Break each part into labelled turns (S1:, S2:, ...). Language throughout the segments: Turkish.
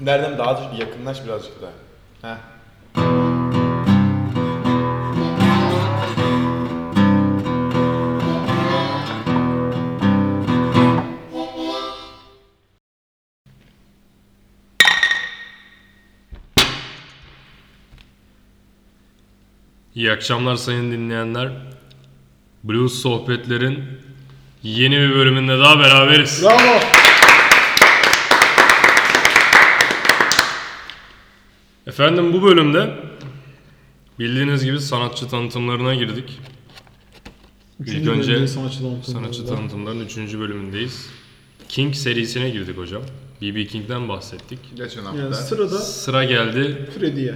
S1: Nereden daha azıcık yakınlaş birazcık daha. Heh.
S2: İyi akşamlar sayın dinleyenler. Blues sohbetlerin yeni bir bölümünde daha beraberiz.
S1: Bravo.
S2: Efendim bu bölümde bildiğiniz gibi sanatçı tanıtımlarına girdik. İlk önce
S3: sanatçı tanıtımı.
S2: sanatçı tanıtımların 3. bölümündeyiz. King serisine girdik hocam. BB King'den bahsettik.
S1: Geçen hafta.
S3: Yani sırada
S2: Sıra geldi
S3: Freddy'ye.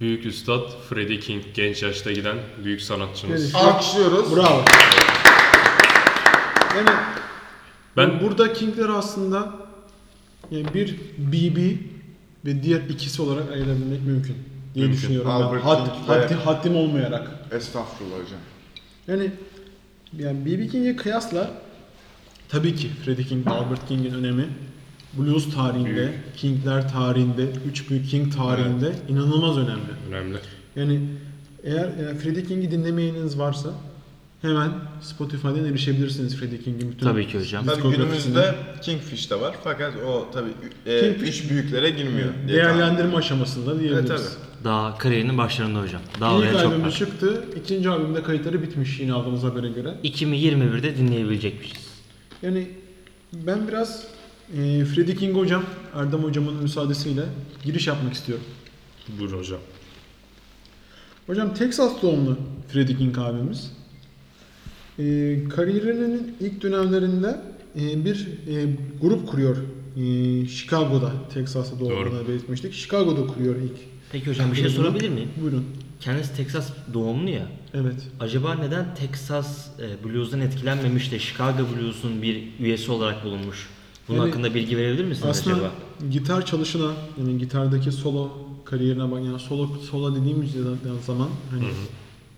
S2: Büyük Üstad Freddie King genç yaşta giden büyük sanatçımız.
S3: Freddie.
S1: Alkışlıyoruz.
S3: Bravo. Yani
S2: Ben
S3: burada Kingler aslında yani bir BB ve diğer ikisi olarak ayırabilmek mümkün diye
S2: Mümkün.
S3: düşünüyorum.
S1: Albert
S3: ben. Had,
S1: King ve-
S3: haddi- haddim olmayarak.
S1: Estağfurullah hocam.
S3: Yani yani B.B. King'e kıyasla tabii ki Freddie King ve Albert King'in önemi blues tarihinde, Kingler tarihinde, üç büyük King tarihinde inanılmaz önemli.
S2: önemli.
S3: Yani eğer e, Freddie King'i dinlemeyeniniz varsa hemen Spotify'dan erişebilirsiniz Freddie King'in bütün
S4: Tabii ki hocam.
S1: Tabii
S3: diskografisine.
S1: günümüzde Kingfish de var fakat o tabii e,
S3: Kingfish- Hmm.
S1: üç büyüklere girmiyor. diye tahmin-
S3: değerlendirme aşamasında diyebiliriz.
S1: Evet,
S4: Daha kariyerinin başlarında hocam. Daha
S3: İlk
S4: oraya çok
S3: albümü
S4: var.
S3: çıktı. ikinci albümde kayıtları bitmiş yine aldığımız habere göre.
S4: 2021'de dinleyebilecekmişiz.
S3: Yani ben biraz e, Freddie King hocam, Erdem hocamın müsaadesiyle giriş yapmak istiyorum.
S2: Buyur hocam.
S3: Hocam Texas doğumlu Freddie King abimiz. Ee, kariyerinin ilk dönemlerinde e, bir e, grup kuruyor. Ee, Chicago'da, Texas'ta doğduğunu belirtmiştik. Chicago'da kuruyor ilk.
S4: Peki hocam bir şey
S3: grubunu.
S4: sorabilir miyim?
S3: Buyurun.
S4: Kendisi Texas doğumlu ya.
S3: Evet.
S4: Acaba neden Texas e, Blues'dan etkilenmemiş de Chicago Blues'un bir üyesi olarak bulunmuş? Bunun
S3: Yani
S4: hakkında bilgi verebilir misiniz
S3: Aslında
S4: acaba?
S3: gitar çalışına, yani gitardaki solo kariyerine bak, yani solo solo dediğimiz zaman hani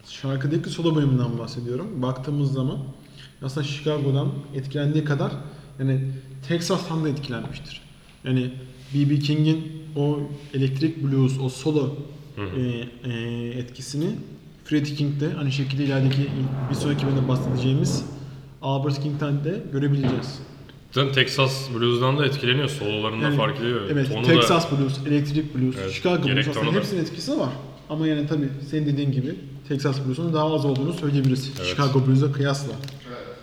S3: şarkıdaki solo bölümünden bahsediyorum. Baktığımız zaman aslında Chicago'dan etkilendiği kadar yani Texas'tan da etkilenmiştir. Yani B.B. King'in o elektrik blues, o solo e, e, etkisini Freddie King'de aynı şekilde ilerideki bir sonraki bölümde bahsedeceğimiz Albert King'den de görebileceğiz.
S2: Zaten Texas Blues'dan da etkileniyor. Sololarında
S3: Yani,
S2: fark ediyor.
S3: Evet,
S2: Tonu da-
S3: Texas Blues, Electric Blues,
S2: Evet,
S3: Chicago
S2: gerek
S3: Blues aslında
S2: tonu da.
S3: hepsinin etkisi var. Ama yani tabii senin dediğin gibi Texas Blues'un daha az olduğunu söyleyebiliriz.
S2: Evet.
S3: Chicago Blues'a kıyasla.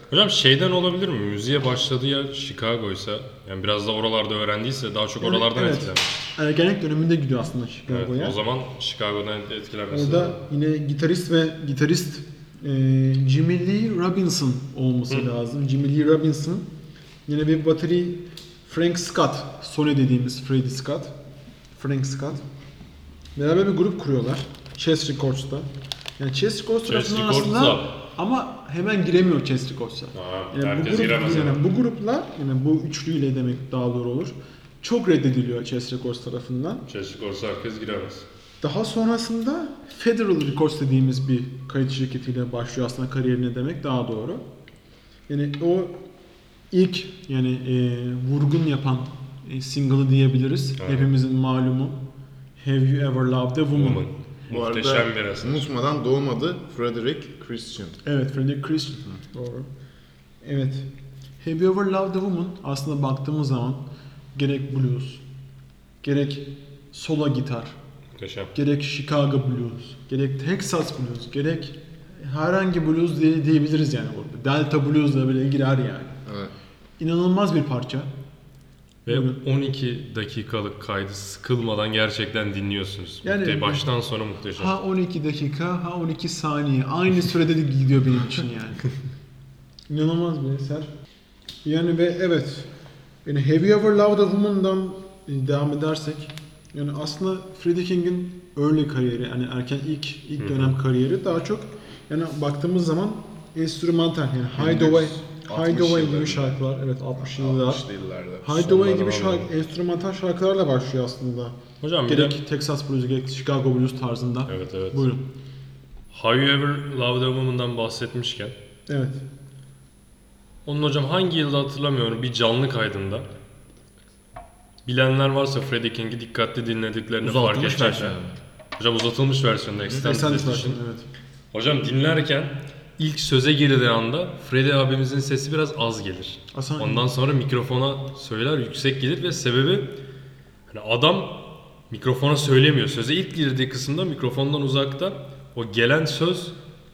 S2: Hocam şeyden olabilir mi? Müziğe başladığı yer Chicago'ysa yani biraz da oralarda öğrendiyse daha çok
S3: Yani
S2: oralardan
S3: evet.
S2: etkilenmiş.
S3: Ergenlik döneminde gidiyor aslında
S2: Evet,
S3: Chicago'ya.
S2: o zaman Chicago'dan etkilenmesi.
S3: Orada yine gitarist ve gitarist e, Jimmy Lee Robinson olması lazım. Jimmy Lee Robinson yine bir bateri Frank Scott, Sony dediğimiz Freddie Scott, Frank Scott. Beraber bir grup kuruyorlar. Chess Records'ta. Yani Chess Records
S2: Chess
S3: tarafından
S2: Records'la.
S3: aslında ama hemen giremiyor Chess Records'a.
S2: Aa,
S3: Yani
S2: herkes
S3: bu, grup,
S2: giremez.
S3: yani
S2: Yani.
S3: bu gruplar, yani bu üçlüyle demek daha doğru olur. Çok reddediliyor Chess Records tarafından.
S2: Çeşitli korsa herkes giremez.
S3: Daha sonrasında Federal Records dediğimiz bir kayıt şirketiyle başlıyor aslında kariyerine demek daha doğru. Yani o ilk yani e, vurgun yapan e, single'ı diyebiliriz.
S2: Evet.
S3: Hepimizin malumu Have You Ever Loved a Woman?
S2: Woman.
S1: Bu
S2: Muhteşem bir
S1: arada
S2: eser.
S1: unutmadan doğmadı Frederick Christian.
S3: Evet, Freddie Christian. Doğru. Evet. Have You Ever Loved a Woman aslında baktığımız zaman gerek blues, gerek sola gitar,
S2: Muhteşem.
S3: gerek Chicago Blues, gerek Texas Blues, gerek herhangi blues diye, diyebiliriz yani burada. Delta Blues da böyle girer yani.
S1: Evet.
S3: İnanılmaz bir parça.
S2: Ve
S3: Buyurun.
S2: 12 dakikalık kaydı sıkılmadan gerçekten dinliyorsunuz.
S3: Yani-
S2: Muhte- baştan sona muhteşem.
S3: Ha 12 dakika, ha 12 saniye. Aynı sürede de gidiyor benim için yani. İnanılmaz bir eser. Yani ve evet. Yani Have You Ever Loved a Woman'dan e, devam edersek yani aslında Freddie King'in early kariyeri yani erken ilk ilk dönem kariyeri daha çok yani baktığımız zaman enstrümantal yani Hideaway
S1: 60
S3: Hideaway
S1: yıllarında.
S3: gibi şarkılar evet 60'lı yıllar
S1: 60'lı yıllarda.
S3: Hideaway
S2: Sonlara
S3: gibi
S2: bağlı.
S3: şarkı, enstrümantal şarkılarla başlıyor aslında.
S2: Hocam bir de...
S3: Gerek Texas Blues gerek Chicago Blues tarzında.
S2: Evet evet.
S3: Buyurun.
S2: How You Ever Loved a Woman'dan bahsetmişken
S3: Evet.
S2: Onun hocam hangi yılda hatırlamıyorum bir canlı kaydında Bilenler varsa Freddie King'i dikkatli dinlediklerini fark
S4: Uzatılmış
S2: edecekler.
S4: versiyonu.
S2: Hocam uzatılmış versiyonu Extended
S3: Sen
S2: Edition.
S3: evet.
S2: Hocam dinlerken ilk söze girdiği anda Freddy abimizin sesi biraz az gelir.
S3: Aslında-
S2: Ondan sonra mikrofona söyler yüksek gelir ve sebebi hani adam mikrofona söylemiyor. Söze ilk girdiği kısımda mikrofondan uzakta o gelen söz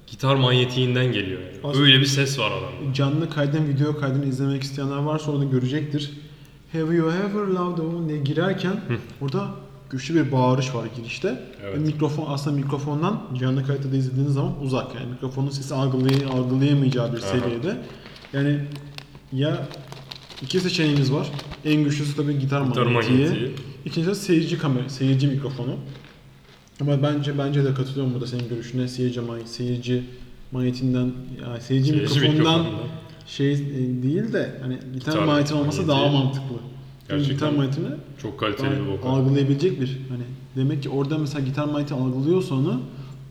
S2: gitar manyetiğinden geliyor. yani.
S3: Aslında-
S2: Öyle bir ses var adamda.
S3: Canlı kaydını, video kaydını izlemek isteyenler varsa orada görecektir. Have you ever loved a woman diye girerken orada güçlü bir bağırış var girişte.
S2: Evet.
S3: Ve mikrofon aslında mikrofondan canlı kayıtta da izlediğiniz zaman uzak yani mikrofonun sesi algılay algılayamayacağı bir
S2: Aha.
S3: seviyede. Yani ya iki seçeneğimiz var. En güçlüsü tabii gitar,
S2: Gitar
S3: manyetiği.
S2: manyetiği.
S3: İkincisi de seyirci kamera, seyirci mikrofonu. Ama bence bence de katılıyorum burada senin görüşüne. Seyirci may- seyirci manyetinden yani seyirci,
S2: Seyirci
S3: mikrofondan
S2: mikrofonundan.
S3: şey e, değil de hani gitar
S2: Gitar
S3: manyetin olması daha
S2: manyetiği.
S3: mantıklı. Çünkü
S2: Hani Gerçekten.
S3: gitar manyetini
S2: Çok kaliteli bir
S3: daha
S2: vokal.
S3: algılayabilecek bir hani demek ki orada mesela gitar manyeti algılıyorsa onu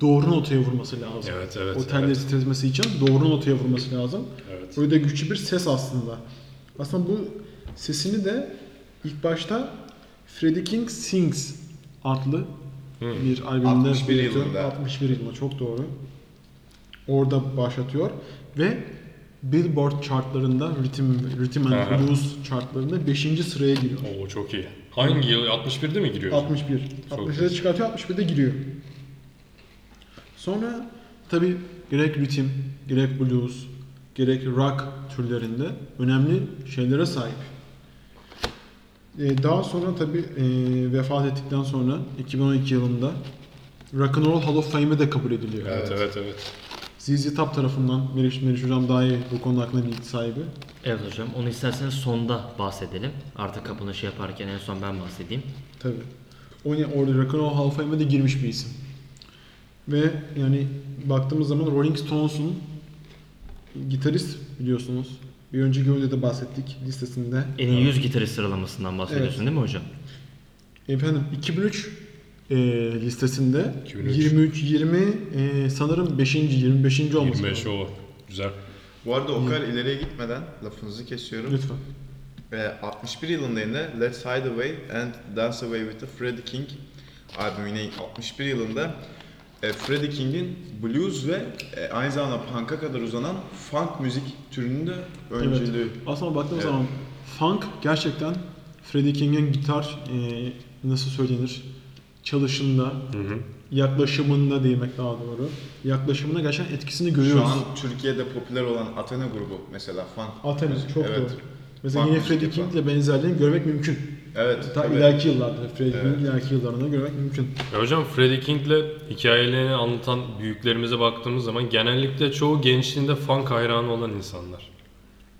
S3: doğru notaya vurması lazım.
S2: Evet, evet,
S3: O telleri
S2: evet.
S3: titretmesi için doğru notaya vurması lazım.
S2: Evet.
S3: Öyle de güçlü bir ses aslında. Aslında bu sesini de ilk başta Freddie King Sings adlı bir albümde
S1: 61
S3: belirtiyor.
S1: yılında.
S3: 61 yılında çok doğru. Orada başlatıyor ve Billboard chartlarında ritim ritim
S2: Aha.
S3: and blues chartlarında 5. sıraya giriyor.
S2: Oo çok iyi. Hangi yıl? 61'de mi giriyor?
S3: 61. 61'de çıkartıyor, 61'de giriyor. Sonra tabi gerek ritim, gerek blues, gerek rock türlerinde önemli şeylere sahip. Ee, daha sonra tabi vefat ettikten sonra 2012 yılında Rock and Roll Hall of Fame'e de kabul ediliyor.
S2: Evet, evet, evet.
S3: ZZ Top tarafından Meriç Meriç Hocam daha iyi bu konu hakkında bilgi sahibi.
S4: Evet hocam onu isterseniz sonda bahsedelim. Artık kapanışı yaparken en son ben bahsedeyim.
S3: Tabii. O ne orada Rock and Roll Hall of Fame'e de girmiş bir isim. Ve yani baktığımız zaman Rolling Stones'un gitarist biliyorsunuz. Bir önceki videoda da bahsettik listesinde.
S4: En iyi 100 gitarist sıralamasından bahsediyorsun
S3: Evet.
S4: değil mi hocam?
S3: Efendim 2003 e, listesinde
S2: 2003.
S3: 23 20 e, sanırım 5. 25. olması
S2: 25 o. Güzel.
S1: Bu arada
S3: Hmm.
S1: o kadar ileriye gitmeden lafınızı kesiyorum.
S3: Lütfen.
S1: Ee, 61 yılında yine Let's Hide Away and Dance Away with the Freddie King albümü yine 61 yılında e, Freddie King'in blues ve e, aynı zamanda punk'a kadar uzanan funk müzik türünün de öncülüğü.
S3: Evet. Aslında baktığım
S1: Evet.
S3: zaman funk gerçekten Freddie King'in gitar e, nasıl söylenir çalışında
S2: Hı hı.
S3: yaklaşımında demek daha doğru. Yaklaşımına gerçekten etkisini
S1: Şu
S3: görüyoruz.
S1: an Türkiye'de popüler olan Athena grubu mesela funk.
S3: Athena çok
S1: Evet.
S3: doğru. Mesela
S1: Farklı
S3: yine Freddie
S1: müzik yapan.
S3: King'le benzerliğini görmek mümkün.
S1: Evet.
S3: Ta
S1: tabii.
S3: ileriki yıllarda, Freddie
S1: Evet.
S3: King'in ileriki yıllarında görmek mümkün.
S2: Ya hocam Freddie King'le hikayelerini anlatan büyüklerimize baktığımız zaman genellikle çoğu gençliğinde funk hayranı olan insanlar.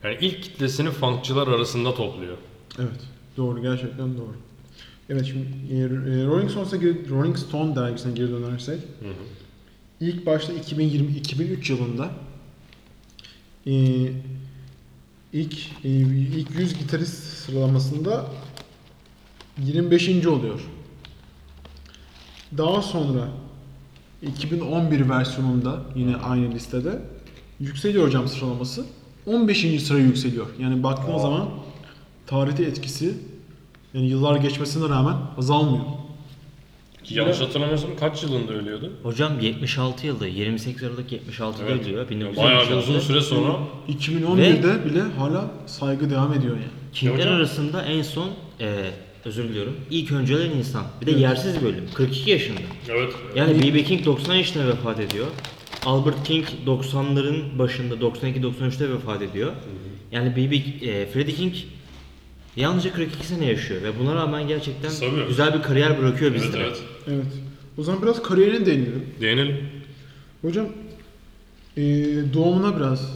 S2: Yani ilk kitlesini funkçılar arasında topluyor.
S3: Evet. Doğru, gerçekten doğru. Evet şimdi e, e, Rolling Stones'a geri- Rolling Stone dergisine geri dönersek ilk başta 2020 2003 yılında e, ilk e, ilk 100 gitarist sıralamasında 25. oluyor. Daha sonra 2011 versiyonunda yine aynı listede yükseliyor hocam sıralaması. 15. sıraya yükseliyor. Yani baktığın zaman tarihte etkisi yani yıllar geçmesine rağmen azalmıyor.
S2: Ki yanlış hatırlamıyorsam kaç yılında ölüyordu?
S4: Hocam 76 yılda 28 Aralık 76'da
S2: Evet.
S4: diyor.
S2: Bayağı bir uzun süre sonra
S3: 2011'de bile hala saygı devam ediyor yani.
S4: Kingler
S2: Hocam-
S4: arasında en son e, özür diliyorum. İlk öncelen insan. Bir de yersiz bölüm. 42 yaşında.
S2: Evet.
S4: Yani B.B. King 90 yaşında vefat ediyor. Albert King 90'ların başında 92-93'te vefat ediyor. Yani B.B. E, Freddie King yalnızca 42 sene yaşıyor ve buna rağmen gerçekten
S2: Tabii.
S4: güzel bir kariyer bırakıyor
S2: Evet,
S4: bizlere.
S2: evet.
S3: Evet. O zaman biraz kariyerine değinelim.
S2: Değinelim.
S3: Hocam eee, doğumuna biraz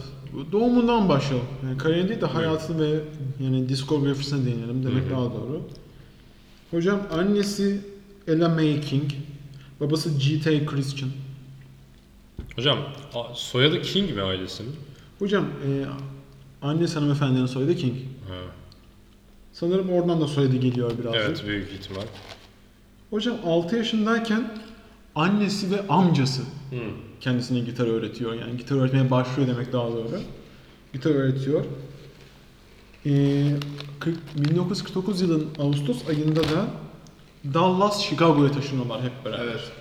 S3: doğumundan başlayalım. Yani kariyerini değil de hayatını ve yani diskografisine değinelim demek daha doğru. Hocam annesi Ella May King, babası G.T. Christian.
S2: Hocam a- soyadı King mi ailesinin?
S3: Hocam eee annesi hanımefendinin soyadı King.
S2: Ha.
S3: Sanırım oradan da soyadı geliyor birazcık.
S2: Evet büyük ihtimal.
S3: Hocam 6 yaşındayken annesi ve amcası
S2: Hı.
S3: kendisine gitar öğretiyor. Yani gitar öğretmeye başlıyor demek daha doğru. Gitar öğretiyor. Ee, Ee, 40 1949 yılın Ağustos ayında da Dallas Chicago'ya taşınıyorlar hep beraber.
S1: Evet.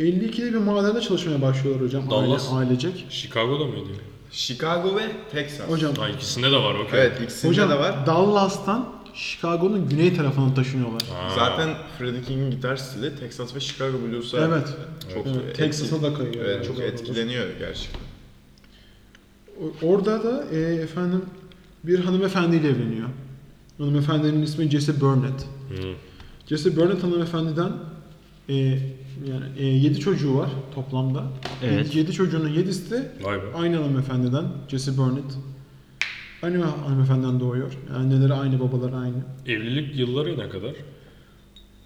S3: 52'de bir madende çalışmaya başlıyorlar hocam
S2: Dallas.
S3: aile, ailecek.
S2: Chicago'da mıydı?
S1: Chicago ve Texas.
S3: Hocam
S2: Ha ikisinde de var okey.
S1: Evet ikisinde
S3: hocam
S1: de var.
S3: Dallas'tan Chicago'nun güney tarafına taşınıyorlar.
S2: Ha.
S1: Zaten Freddie King'in gitar stili Texas ve Chicago Blues'a
S3: Evet.
S1: çok
S3: Evet,
S1: etki-
S3: Texas'a da kayıyor.
S1: Evet,
S3: yani
S1: çok
S3: Chicago'da.
S1: etkileniyor gerçekten.
S3: O- Orada da e, efendim bir hanımefendiyle evleniyor. Hanımefendinin ismi Jesse Burnett.
S2: Hı.
S3: Jesse Burnett hanımefendiden e, yani e, 7 çocuğu var toplamda.
S4: Evet.
S3: 7 çocuğunun 7'si de
S2: Vay be.
S3: aynı hanımefendiden Jesse Burnett. Aynı hanımefendiden doğuyor. Yani Anneleri aynı, babaları aynı.
S2: Evlilik yılları ne kadar?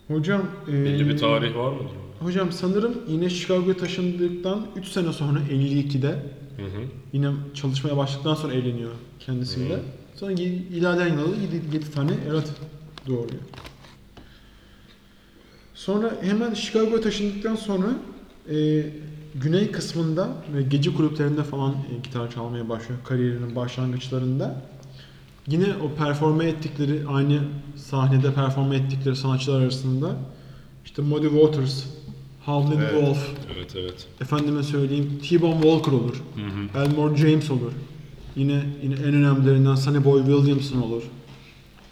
S3: Hocam e,
S2: Belli bir tarih var mıdır?
S3: Hocam sanırım yine Chicago'ya taşındıktan 3 sene sonra 52'de
S2: Hı hı.
S3: yine çalışmaya başladıktan sonra evleniyor kendisiyle. Sonra y- ilerleyen yıllarda 7, tane evlat doğuruyor. Sonra hemen Chicago'ya taşındıktan sonra e, güney kısmında ve gece kulüplerinde falan e, gitar çalmaya başlıyor kariyerinin başlangıçlarında. Yine o performe ettikleri, aynı sahnede performe ettikleri sanatçılar arasında işte Muddy Waters, Howlin'
S1: Evet.
S3: Wolf,
S2: Evet evet.
S3: efendime söyleyeyim T-Bone Walker olur. Elmore James olur. Yine yine en önemlilerinden Sonny Boy Williamson olur.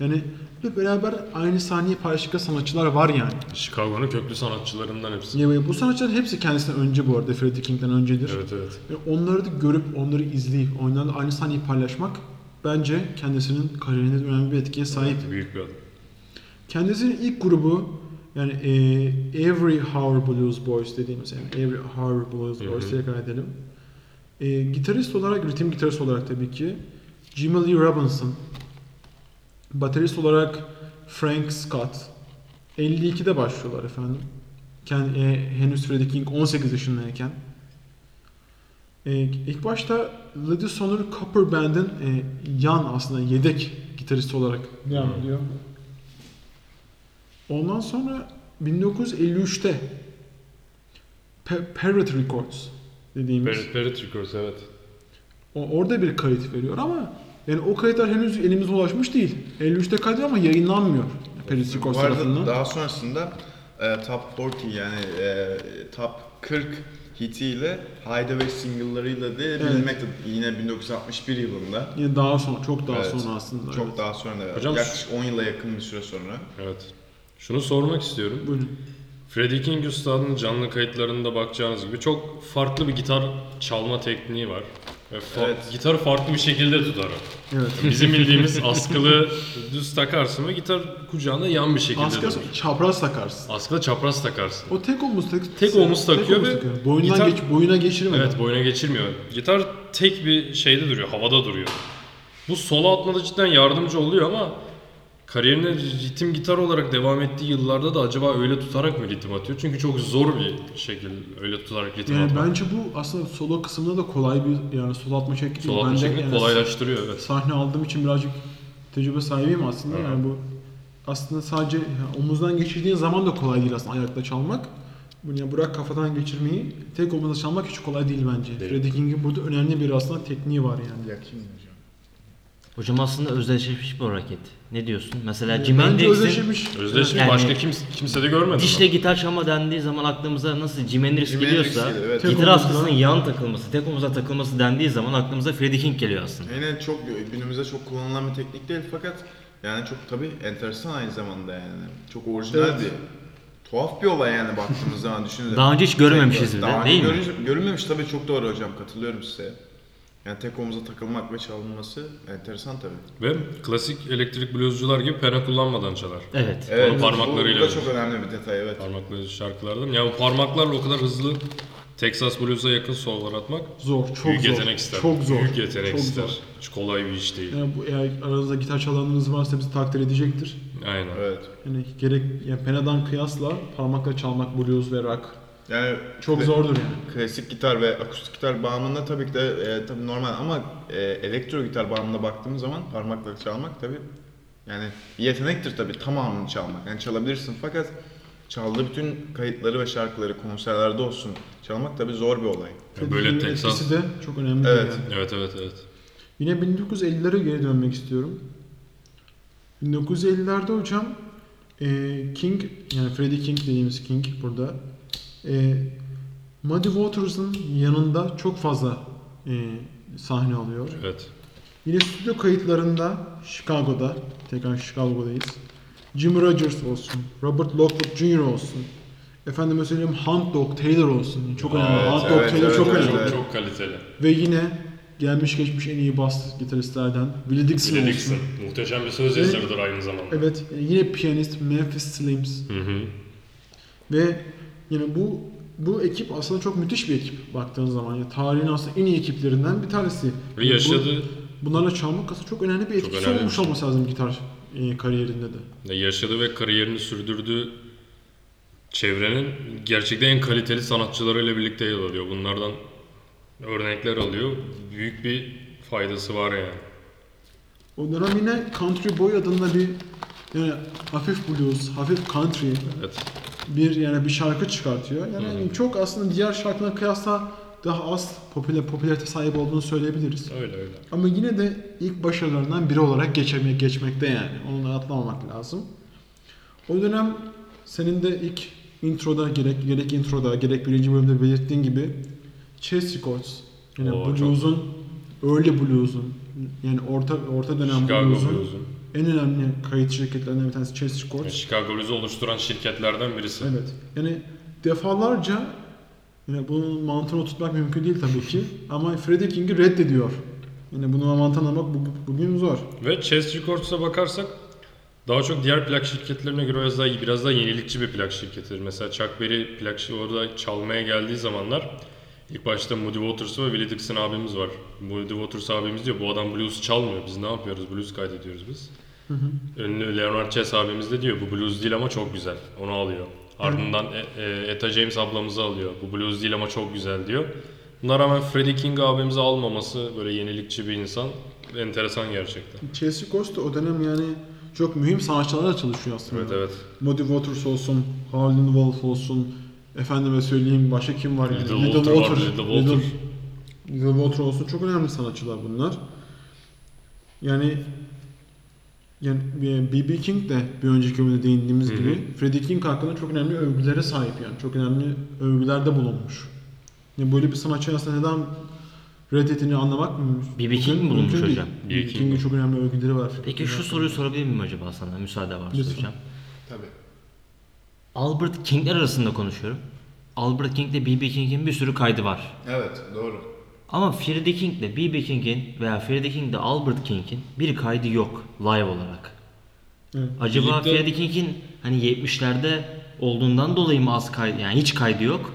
S3: Yani hep beraber aynı sahneyi paylaştıkları sanatçılar var yani.
S2: Chicago'nun köklü sanatçılarından hepsi.
S3: Ya böyle Bu sanatçıların hepsi kendisinden önce bu arada. Freddie King'den öncedir.
S2: Evet evet.
S3: Yani onları da görüp, onları izleyip, onlarla aynı sahneyi paylaşmak bence kendisinin kariyerinde önemli bir etkiye sahip.
S2: Büyük bir adam.
S3: Kendisinin ilk grubu yani e, Every Hour Blues Boys dediğimiz yani Every Hour Blues
S2: Hı
S3: Boys
S2: hı.
S3: diye kaydedelim. E, gitarist olarak, ritim gitarist olarak tabii ki Jimmy Lee Robinson. Baterist olarak Frank Scott. 52'de başlıyorlar efendim. Ken, e, henüz Freddie King 18 yaşındayken. E, ilk başta Lady Sonor Copper Band'in e, yan aslında yedek gitaristi olarak devam
S2: Hı.
S3: ediyor. Ondan sonra 1953'te Pe- Parrot Records dediğimiz
S2: Barrett Barrett Records evet.
S3: o- orada bir kayıt veriyor ama yani o kayıtlar henüz elimize ulaşmış değil. 53'te kaydediyor ama yayınlanmıyor Parrot Records
S1: Bu arada
S3: tarafından.
S1: daha sonrasında e, Top 40 yani e, Top 40 hitiyle Hideaway single'larıyla da bilinmekte. Yine 1961 yılında.
S3: Yine daha sonra, çok daha
S1: Evet.
S3: sonra aslında.
S1: Çok
S3: evet.
S1: daha sonra.
S2: Hocam-
S1: yaklaşık 10 yıla yakın bir süre sonra.
S2: Evet. Şunu sormak istiyorum.
S3: Buyurun.
S2: Freddie King Üstad'ın canlı kayıtlarında bakacağınız gibi çok farklı bir gitar çalma tekniği var. Ve fa-
S1: Evet.
S2: Gitarı farklı bir şekilde tutar. o.
S3: Evet.
S2: Bizim bildiğimiz askılı düz takarsın ve gitar kucağında yan bir şekilde
S3: Asker
S2: durur.
S3: çapraz takarsın.
S2: Askıda çapraz takarsın.
S3: O tek omuz tak-
S2: Tek omuz takıyor ve
S3: Boyundan
S2: gitar-
S3: geç, boyuna geçirmeden.
S2: Evet boyuna geçirmiyor. Gitar tek bir şeyde duruyor, havada duruyor. Bu solo atmada cidden yardımcı oluyor ama kariyerine ritim gitar olarak devam ettiği yıllarda da acaba öyle tutarak mı ritim atıyor? Çünkü çok zor bir şekil öyle tutarak ritim
S3: Yani
S2: atmak.
S3: bence bu aslında solo kısmında da kolay bir yani sol atma şekli.
S2: Sol atma
S3: Bende
S2: şekli
S3: yani
S2: kolaylaştırıyor evet.
S3: Sahne aldığım için birazcık tecrübe sahibiyim aslında.
S2: Hı.
S3: Yani bu aslında sadece yani omuzdan geçirdiğin zaman da kolay değil aslında ayakta çalmak. Bunu yani bırak kafadan geçirmeyi tek omuzla çalmak hiç kolay değil bence.
S2: Değil.
S3: Freddie King'in burada önemli bir aslında tekniği var yani.
S1: Yakayım mı hocam?
S4: Hocam aslında özdeşleşmiş bu hareket. Ne diyorsun? Mesela Jimi
S3: Bence
S4: Hendrix'in
S3: özdeşmiş.
S2: Özdeşim
S4: Yani-
S2: başka kimse, kimse de görmedi.
S4: dişle gitar çalma dendiği zaman aklımıza nasıl Jimi Hendrix
S1: Jimi
S4: geliyorsa
S1: Hendrix geliyor, evet.
S3: Tek
S4: gitar
S3: omuzla-
S4: askısının yan takılması, tek omuza takılması dendiği zaman aklımıza Freddie King geliyor aslında.
S1: Yine çok günümüzde çok kullanılan bir teknik değil fakat yani çok tabi enteresan aynı zamanda yani. Çok orijinal
S3: Evet.
S1: bir tuhaf bir olay yani baktığımız zaman düşününce.
S4: Daha önce hiç görmemişiz bir de,
S1: Daha önce
S4: değil mi?
S1: görünce- Görülmemiş tabii çok doğru hocam katılıyorum size. Yani tek omuza takılmak ve çalınması enteresan tabii.
S2: Ve klasik elektrik bluzcular gibi pena kullanmadan çalar.
S4: Evet.
S2: Onun parmaklarıyla
S1: Bu, bu da
S2: yani.
S1: çok önemli bir detay evet.
S2: Parmakları şarkılardan. Yani bu parmaklarla o kadar hızlı Texas Blues'a yakın sololar atmak
S3: Zor, çok
S2: büyük
S3: zor.
S2: yetenek ister.
S3: Çok zor.
S2: Büyük yetenek
S3: çok
S2: ister.
S3: Zor.
S2: Hiç kolay bir iş değil.
S3: Yani bu, eğer aranızda gitar çalanınız varsa bizi takdir edecektir.
S2: Aynen.
S1: Evet.
S3: Yani gerek yani penadan kıyasla parmakla çalmak blues ve rock
S1: Yani
S3: çok
S1: ve-
S3: zordur yani.
S1: Klasik gitar ve akustik gitar bağımında tabii ki de e, tabii normal ama e, elektro gitar bağımında baktığımız zaman parmakla çalmak tabii yani bir yetenektir tabii tamamını çalmak. Yani çalabilirsin fakat çaldığı bütün kayıtları ve şarkıları konserlerde olsun çalmak tabii zor bir olay.
S2: Yani böyle
S3: Freddie King'in
S2: Texas.
S3: etkisi de çok önemli.
S1: Evet.
S3: Yani.
S2: Evet evet evet.
S3: Yine 1950'lere geri dönmek istiyorum. 1950'lerde hocam e, King yani Freddie King dediğimiz King burada e, Muddy Waters'ın yanında çok fazla e, sahne alıyor.
S2: Evet.
S3: Yine stüdyo kayıtlarında Chicago'da, tekrar Chicago'dayız. Jim Rogers olsun, Robert Lockwood Jr. olsun. Efendime söyleyeyim Hunt Dog Taylor olsun. Çok
S2: Aa,
S3: önemli.
S2: evet,
S3: Hunt Dog
S1: evet,
S3: Taylor
S1: evet,
S3: çok
S1: evet,
S3: önemli.
S1: evet.
S2: Çok kaliteli.
S3: Ve yine gelmiş geçmiş en iyi bas gitaristlerden Willie Dixon
S2: Willie
S3: olsun.
S2: Dixon. Muhteşem bir söz
S3: Ve-
S2: yazarıdır aynı zamanda.
S3: Evet, e, yine piyanist Memphis Slims
S2: Hı hı.
S3: ve yani bu bu ekip aslında çok müthiş bir ekip baktığın zaman. Yani tarihin aslında en iyi ekiplerinden bir tanesi.
S2: Ve
S3: Yani bu-
S2: yaşadığı,
S3: Bunlarla çalmak aslında çok önemli bir
S2: Çok
S3: etkisi
S2: önemli bir
S3: olmuş
S2: şey.
S3: olması lazım gitar e, kariyerinde de.
S2: yaşadığı ve kariyerini sürdürdüğü çevrenin gerçekten en kaliteli sanatçılarıyla birlikte yer alıyor. Bunlardan örnekler alıyor. Büyük bir faydası var yani.
S3: O dönem yine Country Boy adında bir yani hafif blues, hafif country
S2: Evet.
S3: bir yani bir şarkı çıkartıyor. Yani çok aslında diğer şarkılara kıyasla daha az popüler popülerite sahip olduğunu söyleyebiliriz.
S2: Öyle öyle.
S3: Ama yine de ilk başarılarından biri olarak geçemek geçmekte yani. Onu da atlamamak lazım. O dönem senin de ilk introda gerek gerek introda gerek birinci bölümde belirttiğin gibi Chess Records yani
S2: Oo, çok-
S3: blues'un öyle blues'un yani orta orta dönem
S2: Chicago
S3: blues'un
S2: Blues'un.
S3: en önemli kayıt şirketlerinden bir tanesi Chess Records.
S2: Yani Chicago Blues'u oluşturan şirketlerden birisi.
S3: Evet. Yani defalarca yani bunun mantığını oturtmak mümkün değil tabii ki. Ama Freddie King'i reddediyor. Yani bunu mantığını anlamak bu- bugün zor.
S2: Ve Chess Records'a bakarsak daha çok diğer plak şirketlerine göre biraz daha, biraz daha yenilikçi bir plak şirketidir. Mesela Chuck Berry plak şi- orada çalmaya geldiği zamanlar ilk başta Moody Waters ve Willie Dixon abimiz var. Moody Waters abimiz diyor bu adam blues çalmıyor biz ne yapıyoruz blues kaydediyoruz biz. Ünlü Leonard Chess abimiz de diyor bu blues değil ama çok güzel onu alıyor. Ardından e, e, Etta James ablamızı alıyor bu blues değil ama çok güzel diyor. Buna rağmen Freddie King abimizi almaması böyle yenilikçi bir insan enteresan gerçekten.
S3: Chelsea Costa o dönem yani çok mühim sanatçılarla çalışıyor aslında.
S2: Evet evet.
S3: Muddy Waters olsun, Howlin' Wolf olsun, efendime söyleyeyim başka kim var? yani?
S2: Little Walter vardı, Little Walter.
S3: Little Walter olsun çok önemli sanatçılar bunlar. Yani yani B.B. King de bir önceki bölümde değindiğimiz
S2: Hı hı.
S3: gibi Freddie King hakkında çok önemli övgülere sahip yani. Çok önemli övgülerde bulunmuş. Yani böyle bir sanatçı aslında neden reddettiğini anlamak mı?
S4: B.B. King mi bulunmuş hocam?
S2: B.B.
S3: B.B.
S2: King
S3: King'in
S2: mi?
S3: çok önemli övgüleri var.
S4: Peki şu soruyu sorabilir miyim acaba sana müsaade varsa
S3: Lütfen.
S4: hocam?
S1: Tabii.
S4: Albert King'ler arasında konuşuyorum. Albert King ile B.B. King'in bir sürü kaydı var.
S1: Evet doğru.
S4: Ama Freddie King ile B.B. King'in veya Freddie King ile Albert King'in bir kaydı yok live olarak.
S3: Evet.
S4: Acaba
S2: Birlikte-
S4: Freddie King'in hani 70'lerde olduğundan dolayı mı az kaydı yani hiç kaydı yok?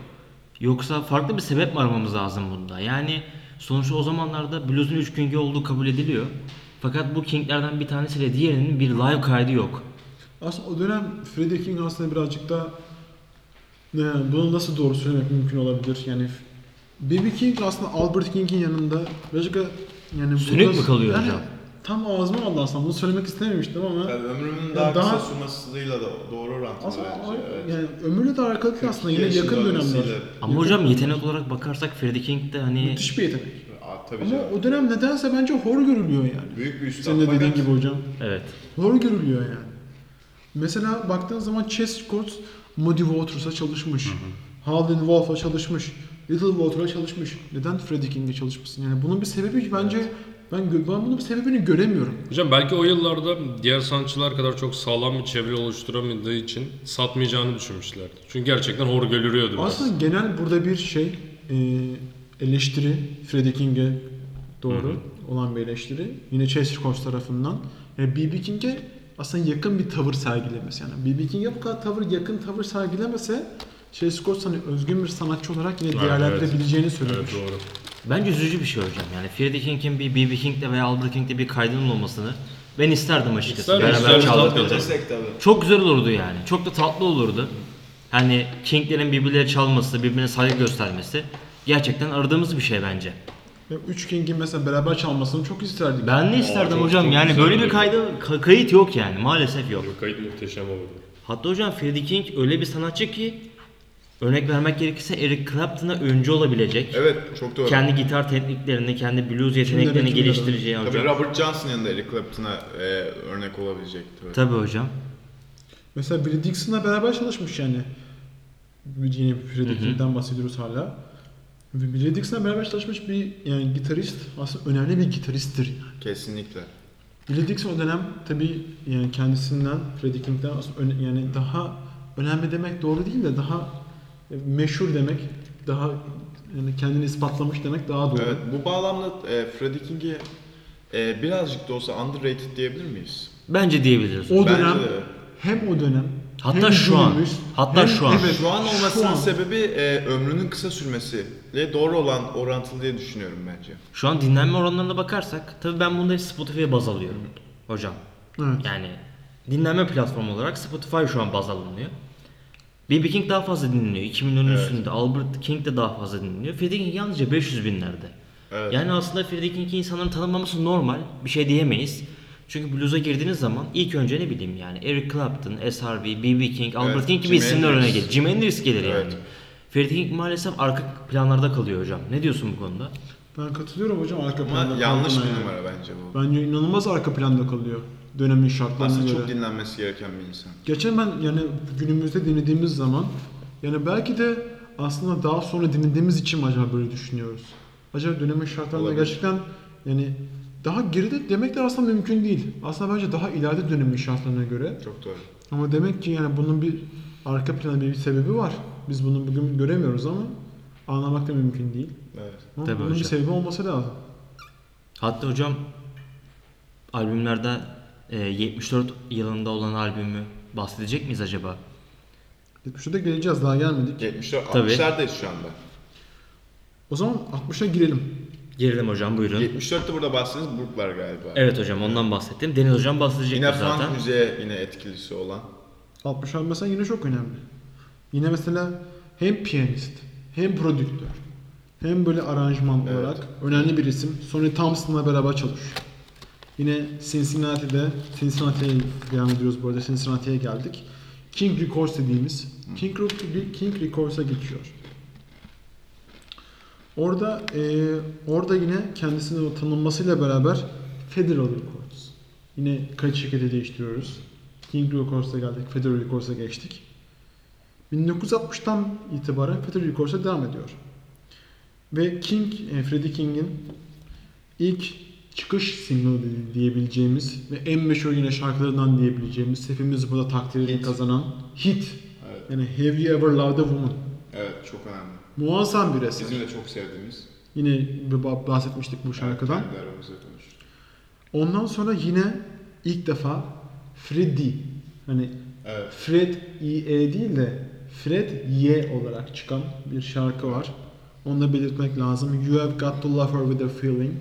S4: Yoksa farklı bir sebep mi aramamız lazım bunda? Yani sonuçta o zamanlarda blues'un üç günkü olduğu kabul ediliyor. Fakat bu King'lerden bir tanesiyle diğerinin bir live kaydı yok.
S3: Aslında o dönem Freddie King aslında birazcık da ne, bunu nasıl doğru söylemek mümkün olabilir? Yani B.B. King aslında Albert King'in yanında birazcık da yani
S4: Sönük
S3: burada-
S4: mü kalıyor
S3: yani
S4: hocam?
S3: Tam ağzıma aldı aslında bunu söylemek istememiştim ama
S1: Yani ömrümün
S3: Ya
S1: daha,
S3: daha-
S1: kısa sürmesiyle de doğru orantılı
S3: aslında
S1: bence. evet.
S3: yani ömürle de alakalı aslında yine
S1: 42
S3: yakın
S1: yaşında
S3: dönemler.
S1: olmasıyla-
S4: Ama hocam yetenek olarak bakarsak Freddie King de hani
S3: müthiş bir yetenek.
S1: Aa, tabii
S3: Ama
S1: canım.
S3: o dönem nedense bence hor görülüyor yani.
S1: Büyük bir üstad.
S3: Senin de dediğin
S1: Fakat-
S3: gibi hocam.
S4: evet.
S3: Hor görülüyor yani. Mesela baktığın zaman Chess Court Muddy Waters'a çalışmış. Howlin' Wolf'a çalışmış. Little Walter'a çalışmış. Neden Freddie King'e çalışmışsın? Yani bunun bir sebebi bence ben, gö- ben bunun bir sebebini göremiyorum.
S2: Hocam belki o yıllarda diğer sanatçılar kadar çok sağlam bir çevre oluşturamadığı için satmayacağını düşünmüşlerdi. Çünkü gerçekten hor görülüyordu biraz.
S3: Aslında genel burada bir şey e, eleştiri Freddie King'e doğru olan bir eleştiri. Yine Chester Coach tarafından. Yani B.B. King'e aslında yakın bir tavır sergilemesi. Yani B.B. King'e bu kadar tavır, yakın tavır sergilemese Chester Coach hani özgün bir sanatçı olarak yine
S2: Evet,
S3: değerlendirebileceğini
S2: Evet
S3: söylemiş.
S2: doğru.
S4: Bence üzücü bir şey hocam. Yani Freddie King'in bir B.B. King'le veya Albert King'le bir kaydının olmasını ben isterdim açıkçası.
S2: İsterdim,
S4: Beraber
S2: isterdim.
S4: çaldıkları.
S1: Desek tabii.
S4: Çok güzel olurdu yani. Çok da tatlı olurdu. Hani King'lerin birbirleri çalması, birbirine saygı göstermesi gerçekten aradığımız bir şey bence.
S3: Ve Üç King'in mesela beraber çalmasını çok isterdik.
S4: Ben de isterdim
S2: çok-
S4: hocam.
S2: çok
S4: yani
S2: güzel
S4: böyle bir
S2: olurdu.
S4: kaydı ka- kayıt yok yani. Maalesef yok.
S2: Bu kayıt muhteşem oldu.
S4: Hatta hocam Freddie King öyle bir sanatçı ki Örnek vermek gerekirse Eric Clapton'a öncü olabilecek.
S1: Evet çok doğru.
S4: Kendi gitar tekniklerini, kendi blues yeteneklerini
S3: kimlere?
S4: geliştireceği
S1: Tabii
S4: hocam.
S1: Robert Johnson yanında Eric Clapton'a e, örnek olabilecek tabii.
S4: Tabii hocam.
S3: Mesela Billy Dixon'la beraber çalışmış yani. Yine Freddie King'den bahsediyoruz hala. Ve Billy Dixon'la beraber çalışmış bir yani gitarist aslında önemli bir gitaristtir. yani.
S1: Kesinlikle.
S3: Billy Dixon o dönem tabii yani kendisinden Freddie King'den aslında öne- yani daha önemli demek doğru değil de daha e, meşhur demek daha yani kendini ispatlamış demek daha doğru.
S1: Evet, bu bağlamda e, Freddie King'i e, birazcık da olsa underrated diyebilir miyiz?
S4: Bence diyebiliriz.
S3: O
S1: Bence
S3: dönem
S1: de.
S3: hem o dönem
S4: Hatta
S3: hem
S4: şu an.
S3: günümüz,
S4: Hatta
S3: hem-
S4: şu an.
S1: Evet, şu an olmasının
S3: Şu an.
S1: sebebi e, ömrünün kısa sürmesiyle doğru olan orantılı diye düşünüyorum bence.
S4: Şu an dinlenme oranlarına bakarsak tabii ben bunları Spotify'a baz alıyorum hocam.
S3: Evet.
S4: Yani dinlenme platformu olarak Spotify şu an baz alınıyor. B.B. King daha fazla dinleniyor. 2 milyonun
S1: Evet.
S4: üstünde. Albert King de daha fazla dinleniyor. Freddie King yalnızca 500 binlerde.
S1: Evet.
S4: Yani aslında Freddie King'i insanların tanımaması normal. Bir şey diyemeyiz. Çünkü bluza girdiğiniz zaman ilk önce ne bileyim yani Eric Clapton, SRV, B.B. King, Albert
S1: Evet,
S4: King gibi
S1: Jimi
S4: isimler öne
S1: Hendrix.
S4: gelir. Jimi Hendrix gelir
S1: Evet.
S4: yani. Freddie King maalesef arka planlarda kalıyor hocam. Ne diyorsun bu konuda?
S3: Ben katılıyorum hocam arka
S1: Ama
S3: planda.
S1: yanlış
S3: kaldığına
S1: bir
S3: yani.
S1: numara bence bu.
S3: Bence inanılmaz arka planda kalıyor dönemin şartlarına
S1: Aslında
S3: göre.
S1: çok dinlenmesi gereken bir insan.
S3: Geçen ben yani günümüzde dinlediğimiz zaman yani belki de aslında daha sonra dinlediğimiz için mi acaba böyle düşünüyoruz? Acaba dönemin şartlarında
S1: Olabilir.
S3: gerçekten yani daha geride demek de aslında mümkün değil. Aslında bence daha ileride dönemin şartlarına göre.
S1: Çok doğru.
S3: Ama demek ki yani bunun bir arka planda bir sebebi var. Biz bunu bugün göremiyoruz ama anlamak da mümkün değil.
S1: Evet.
S3: Ama
S4: Tabii
S3: bunun bir
S4: hocam.
S3: sebebi olması lazım.
S4: Hatta hocam albümlerde e, 74 yılında olan albümü bahsedecek miyiz acaba?
S3: 70'e de geleceğiz daha gelmedik.
S1: 70'ler,
S4: Tabii.
S1: 60'lardayız şu anda.
S3: O zaman 60'a girelim.
S4: Girelim hocam buyurun.
S1: 74'te burada bahsettiğiniz Brooklar galiba.
S4: Evet hocam ondan bahsettim. Deniz hocam bahsedecek
S1: Yine
S4: zaten.
S1: funk müziğe yine etkilisi olan.
S3: 60 abi mesela yine çok önemli. Yine mesela hem piyanist, hem prodüktör, hem böyle aranjman
S1: Evet.
S3: olarak önemli bir isim. Sonny Thompson'la beraber çalışıyor. Yine Cincinnati'de, Cincinnati'ye devam ediyoruz bu arada, Cincinnati'ye geldik. King Records dediğimiz, King, Re- King Records'a geçiyor. Orada eee, orada yine kendisinin o tanınmasıyla beraber Federal Records. Yine kayıt şirketi değiştiriyoruz. King Records'a geldik, Federal Records'a geçtik. 1960'tan itibaren Federal Records'a devam ediyor. Ve King, e, Freddie King'in ilk çıkış single'ı dedi- diyebileceğimiz ve en meşhur yine şarkılarından diyebileceğimiz hepimiz burada takdirini
S1: Hit.
S3: kazanan hit.
S1: Evet.
S3: Yani Have You Ever Loved a Woman.
S1: Evet, çok önemli.
S3: Muazzam bir eser.
S1: Bizim de çok sevdiğimiz.
S3: Yine bir ba- bahsetmiştik bu şarkıdan.
S1: Kendi aramızda konuştuk.
S3: Ondan sonra yine ilk defa Freddy hani
S1: Evet.
S3: Fred IE değil de Fred Y olarak çıkan bir şarkı var. Onu da belirtmek lazım. You have got to love her with a feeling.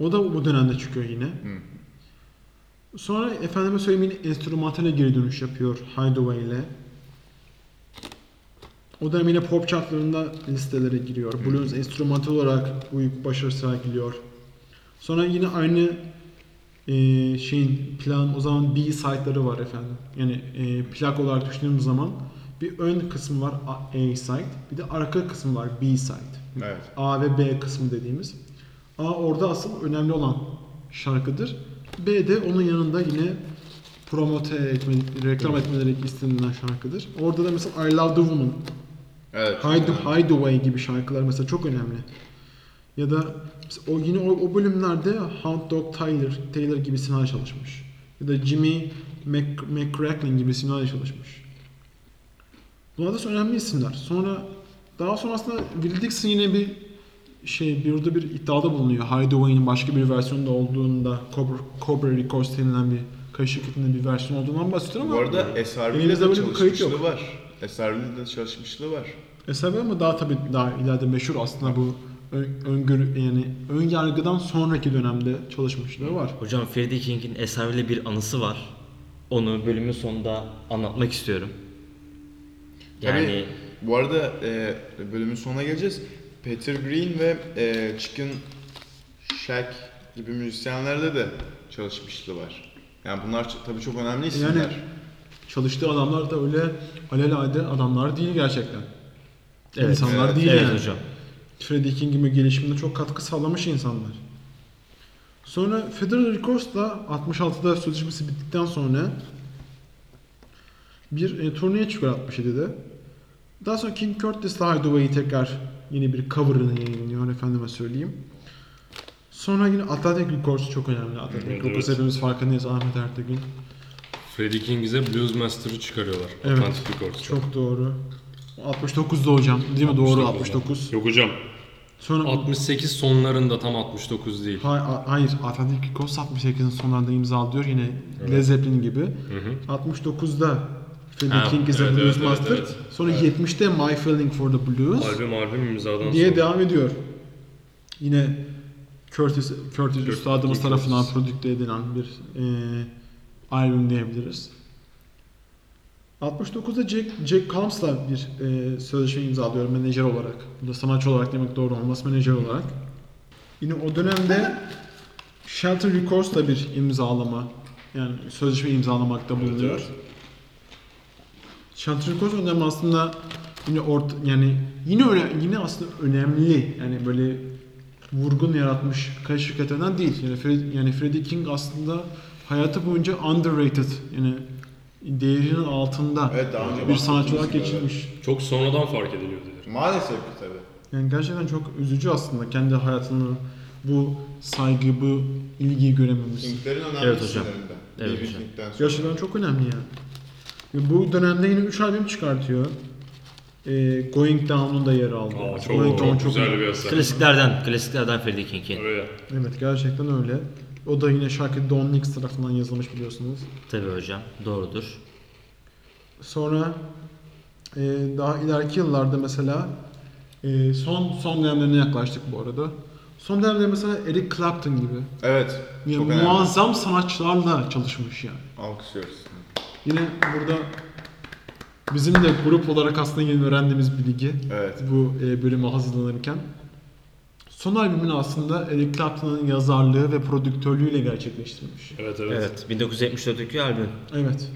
S3: O da bu dönemde çıkıyor yine.
S1: Hı.
S3: Sonra efendime söyleyeyim yine enstrümantale geri dönüş yapıyor Hideaway ile. O dönem yine pop chartlarında listelere giriyor. Blues enstrümantal olarak büyük başarı sergiliyor. Sonra yine aynı e, şeyin plan o zaman B-side'ları var efendim. Yani e, plak olarak düşündüğümüz zaman bir ön kısmı var A- A-side bir de arka kısmı var B-side.
S1: Evet.
S3: A ve B kısmı dediğimiz. A orada asıl önemli olan şarkıdır. B de onun yanında yine promote etme, reklam etmeleri istenilen şarkıdır. Orada da mesela I Love The Woman,
S1: Evet. çok
S3: Hide,
S1: önemli.
S3: Hideaway gibi şarkılar mesela çok önemli. Ya da mesela o yine o, o bölümlerde Hound Dog Tyler, Taylor gibi sinema çalışmış. Ya da Jimmy Mc, McCracklin gibi sinema çalışmış. Bunlar da önemli isimler. Sonra daha sonra aslında Will Dixon yine bir şey bir orada bir iddiada bulunuyor. Hideaway'in başka bir versiyonunda olduğunda Cobra, Cobra Records denilen bir kayıt şirketinin bir versiyonu olduğundan bahsediyor ama
S1: Bu arada SRV'de de
S3: elimizde böyle bir kayıt
S1: çalışmışlığı
S3: yok.
S1: var. SRV'de de çalışmışlığı var.
S3: Eser var E, ama daha tabii daha ileride meşhur aslında bu ön- öngörü yani ön yargıdan sonraki dönemde çalışmışlığı var.
S4: Hocam Freddie King'in eserle bir anısı var. Onu bölümün sonunda anlatmak istiyorum. Yani
S1: Tabii bu arada e, bölümün sonuna geleceğiz. Peter Green ve e, Chicken Shack gibi müzisyenlerde de çalışmışlığı var. Yani bunlar ç- tabii çok önemli isimler.
S3: Yani çalıştığı adamlar da öyle alelade adamlar değil gerçekten.
S4: Evet.
S3: İnsanlar
S1: Evet,
S3: değil
S4: evet
S3: yani.
S4: hocam.
S3: Freddie King'in gibi gelişimine çok katkı sağlamış insanlar. Sonra Federer Recourse'la 66'da sözleşmesi bittikten sonra bir e, turneye çıkıyor 67'de. Daha sonra King Curtis'la Hideaway'i tekrar yeni bir cover'ını yayınlıyor efendime söyleyeyim. Sonra yine Atlantic Recourse çok önemli. Atlantic
S2: Evet,
S3: Recourse
S2: evet.
S3: hepimiz farkındayız Ahmet Ertegün.
S2: Freddie King'e Blues Master'ı çıkarıyorlar.
S3: Evet.
S2: Atlantic Records'ta.
S3: Çok doğru. 69'da hocam. Değil mi? Doğru 69.
S2: Yok hocam.
S3: Sonra
S2: 68 sonlarında tam 69 değil.
S3: Hay- a- hayır, Atlantic Records 68'in sonlarında imzalıyor yine Led Zeppelin gibi. 69'da
S2: Ha,
S3: Freddie King is a
S2: evet,
S3: Blues
S2: evet,
S3: Master.
S2: evet, evet.
S3: Sonra 70'te My Feeling for the Blues
S2: Albüm albüm imzadan
S3: diye
S2: sonra.
S3: devam ediyor. Yine Curtis, Curtis Üstadımız
S2: Curtis.
S3: tarafından prodükte edilen bir e, albüm diyebiliriz. 69'da Jack, Jack Combs'la bir e, sözleşme imzalıyor menajer olarak. Burada sanatçı olarak demek doğru olmaz, menajer olarak. Yine o dönemde Shelter Records'la bir imzalama, yani sözleşme imzalamakta bulunuyor.
S2: evet.
S3: Şantrikoz önemli aslında yine orta yani yine öne, yine aslında önemli yani böyle vurgun yaratmış kaç şirketlerinden değil. Yani Fred, yani Freddie King aslında hayatı boyunca underrated yani değerinin altında
S1: Evet, daha önce
S3: bir sanatçı
S1: bahsettiğimiz
S3: olarak
S1: gibi,
S3: geçirmiş.
S2: Çok sonradan fark ediliyor dedi.
S1: Maalesef ki tabii.
S3: Yani gerçekten çok üzücü aslında kendi hayatını bu saygı, bu ilgiyi görememiz.
S1: Kinglerin önemli
S4: Evet
S1: evet,
S4: hocam.
S1: isimlerinden.
S4: Evet
S1: B.B.
S4: hocam.
S1: King'den sonra.
S3: Gerçekten çok önemli ya. Ve bu dönemde yine 3 albüm çıkartıyor. Ee, Going Down'un da yer aldı.
S2: Aa, çok,
S3: Going
S2: çok,
S3: Down
S2: güzel bir eser.
S4: Klasiklerden, klasiklerden Freddie King'in.
S2: Öyle.
S3: Evet gerçekten öyle. O da yine şarkı Don Nix tarafından yazılmış biliyorsunuz.
S4: Tabii hocam, doğrudur.
S3: Sonra e, daha ileriki yıllarda mesela e, son son dönemlerine yaklaştık bu arada. Son dönemde mesela Eric Clapton gibi.
S1: Evet.
S3: Yani
S1: çok önemli.
S3: muazzam sanatçılarla çalışmış yani.
S1: Alkışlıyoruz.
S3: Yine burada bizim de grup olarak aslında yeni öğrendiğimiz bir bilgi.
S1: Evet.
S3: Bu e, bölüme hazırlanırken. Son albümünü aslında Eric Clapton'ın yazarlığı ve prodüktörlüğüyle gerçekleştirmiş.
S2: Evet evet.
S4: Evet, 1974'teki albüm.
S3: Evet.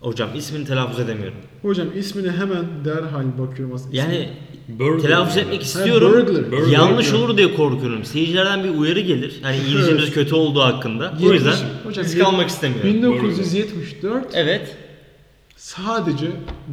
S4: Hocam ismini telaffuz edemiyorum.
S3: Hocam ismini hemen derhal bakıyorum aslında.
S4: Yani
S2: Burger
S4: telaffuz
S2: yani.
S4: etmek
S3: Ha,
S4: istiyorum.
S3: Burglar.
S2: Burglar.
S4: Yanlış olur diye korkuyorum. Seyircilerden bir uyarı gelir. Hani İngilizcemiz
S3: Evet.
S4: kötü olduğu hakkında. O
S3: Yetmiş-
S4: yüzden
S3: Hocam,
S4: risk
S3: yet-
S4: almak istemiyorum.
S3: 1974
S4: Evet.
S3: sadece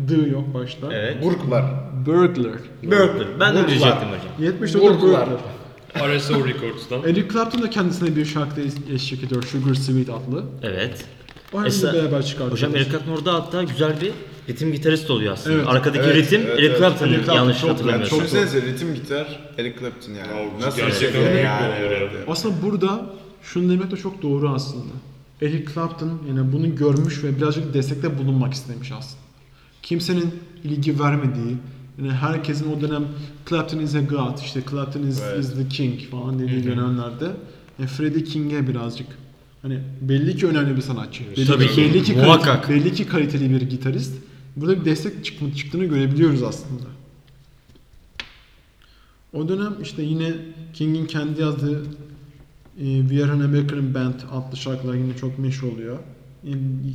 S3: D yok başta.
S4: Evet.
S1: Burklar.
S3: Burglar.
S4: Burglar. Ben de
S1: Burglar.
S4: diyecektim hocam.
S3: 74
S1: Burglar.
S3: Burglar.
S2: RSO Records'tan.
S3: Eric Clapton da kendisine bir şarkıda es- eşlik ediyor. Sugar Sweet adlı.
S4: Evet.
S3: O halde
S4: Esra-
S3: beraber çıkartıyor.
S4: Hocam Eric Clapton orada hatta güzel bir ritim gitarist oluyor aslında.
S3: Evet.
S4: Arkadaki
S1: Evet,
S4: ritim
S1: evet,
S4: Eric
S1: evet.
S4: Clapton'ın
S3: Eric Clapton
S4: yanlış
S3: çok-
S1: Yani
S4: hatırlamıyorsam.
S3: çok-
S1: düşünsenize ritim gitar Eric Clapton yani.
S2: Ya,
S1: Nasıl bir şey
S2: gerçekten
S1: seviye
S2: öyle
S1: yani.
S2: oluyor
S1: Evet,
S2: ya.
S1: evet.
S3: Aslında burada şunu demek de çok doğru aslında. Eric Clapton yani bunu görmüş ve birazcık destekte bulunmak istemiş aslında. Kimsenin ilgi vermediği, yani herkesin o dönem Clapton is a god, işte Clapton is,
S1: Evet.
S3: is the king falan dediği dönemlerde yani Freddie King'e birazcık hani belli ki önemli bir sanatçı. Belli,
S4: Tabii
S3: ki,
S4: ki,
S3: belli, ki kalite-
S4: muhakkak.
S3: belli ki kaliteli bir gitarist. Burada bir destek çıkma, çıktığını görebiliyoruz aslında. O dönem işte yine King'in kendi yazdığı e, We Are American Band adlı şarkılar yine çok meşhur oluyor. E,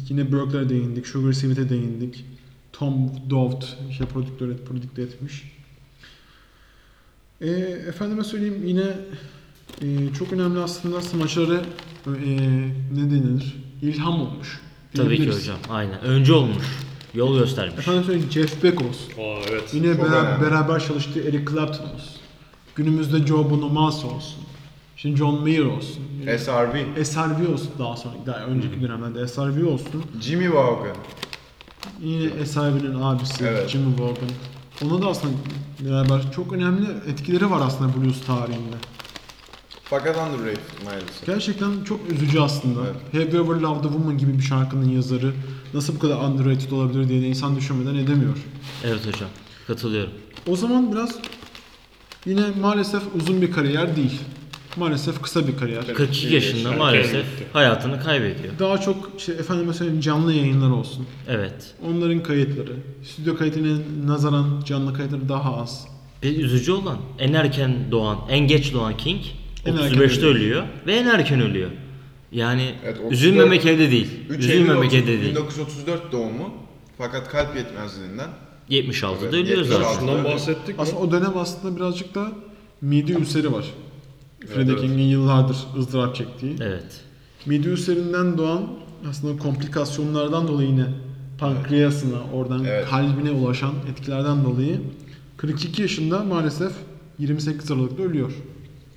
S3: yine Burke'lere değindik, Sugar Sweet'e değindik. Tom Dovd işte prodüktör et, prodükte etmiş. E, efendime söyleyeyim yine e, çok önemli aslında smaçları e, ne denilir? İlham olmuş.
S4: Tabii ki
S3: diyebiliriz.
S4: hocam. Aynen. Önce olmuş. Yol göstermiş.
S3: Efendim söyleyeyim Jeff Beckos.
S2: Aa evet.
S3: Yine
S1: Çok
S3: bera-
S1: önemli.
S3: beraber çalıştığı Eric Clapton olsun. Günümüzde Joe Bonamassa olsun. Şimdi John Mayer olsun. Yani
S1: SRV.
S3: SRV olsun daha sonra. Daha önceki dönemlerde SRV olsun.
S1: Jimmy Vaughan.
S3: Yine SRV'nin abisi
S1: Evet.
S3: Jimmy Vaughan. Ona da aslında beraber çok önemli etkileri var aslında blues tarihinde.
S1: Fakat underrated maalesef.
S3: Gerçekten çok üzücü aslında.
S1: Evet.
S3: Have You Ever Loved a Woman gibi bir şarkının yazarı nasıl bu kadar underrated olabilir diye de insan düşünmeden edemiyor.
S4: Evet hocam. Katılıyorum.
S3: O zaman biraz yine maalesef uzun bir kariyer değil. Maalesef kısa bir kariyer.
S4: 42 yaşında
S2: erken gitti.
S4: maalesef hayatını kaybediyor.
S3: Daha çok işte efendim mesela canlı yayınlar olsun.
S4: Evet.
S3: Onların kayıtları. Stüdyo kaydına nazaran canlı kayıtları daha az.
S4: Bir üzücü olan en erken doğan, en geç doğan King
S3: En erken
S4: 35'te
S3: ölüyor.
S4: ölüyor ve en erken ölüyor. Yani
S1: Evet, 34
S4: üzülmemek elde değil.
S1: 3 Eylül
S4: üzülmemek elde değil.
S1: 1934 doğumu. Fakat kalp yetmezliğinden
S4: 76'da
S1: Evet,
S4: ölüyor zaten.
S1: 76'da.
S2: Şundan bahsettik mi?
S3: Aslında o dönem aslında birazcık da mide ülseri var. Freddie
S2: evet.
S3: King'in yıllardır ızdırap çektiği.
S4: Evet.
S3: Mide ülserinden doğan aslında komplikasyonlardan dolayı yine pankreasına, oradan
S1: Evet.
S3: kalbine ulaşan etkilerden dolayı 42 yaşında maalesef 28 Aralık'ta ölüyor.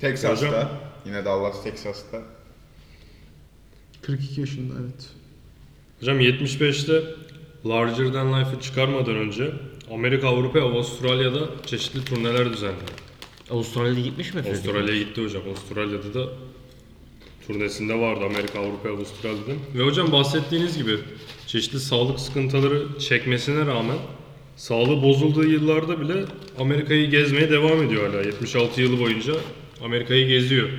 S1: Texas'ta
S2: Hocam.
S1: yine Dallas Texas'ta
S3: 42 yaşında evet.
S2: Hocam 75'te Larger Than Life'ı çıkarmadan önce Amerika, Avrupa ve Avustralya'da çeşitli turneler düzenledi.
S4: Avustralya'da gitmiş mi Freddie King?
S2: Avustralya'ya gitti hocam. Avustralya'da da turnesinde vardı Amerika, Avrupa, Avustralya'da. Ve hocam bahsettiğiniz gibi çeşitli sağlık sıkıntıları çekmesine rağmen sağlığı bozulduğu yıllarda bile Amerika'yı gezmeye devam ediyor hala. 76 yılı boyunca Amerika'yı geziyor.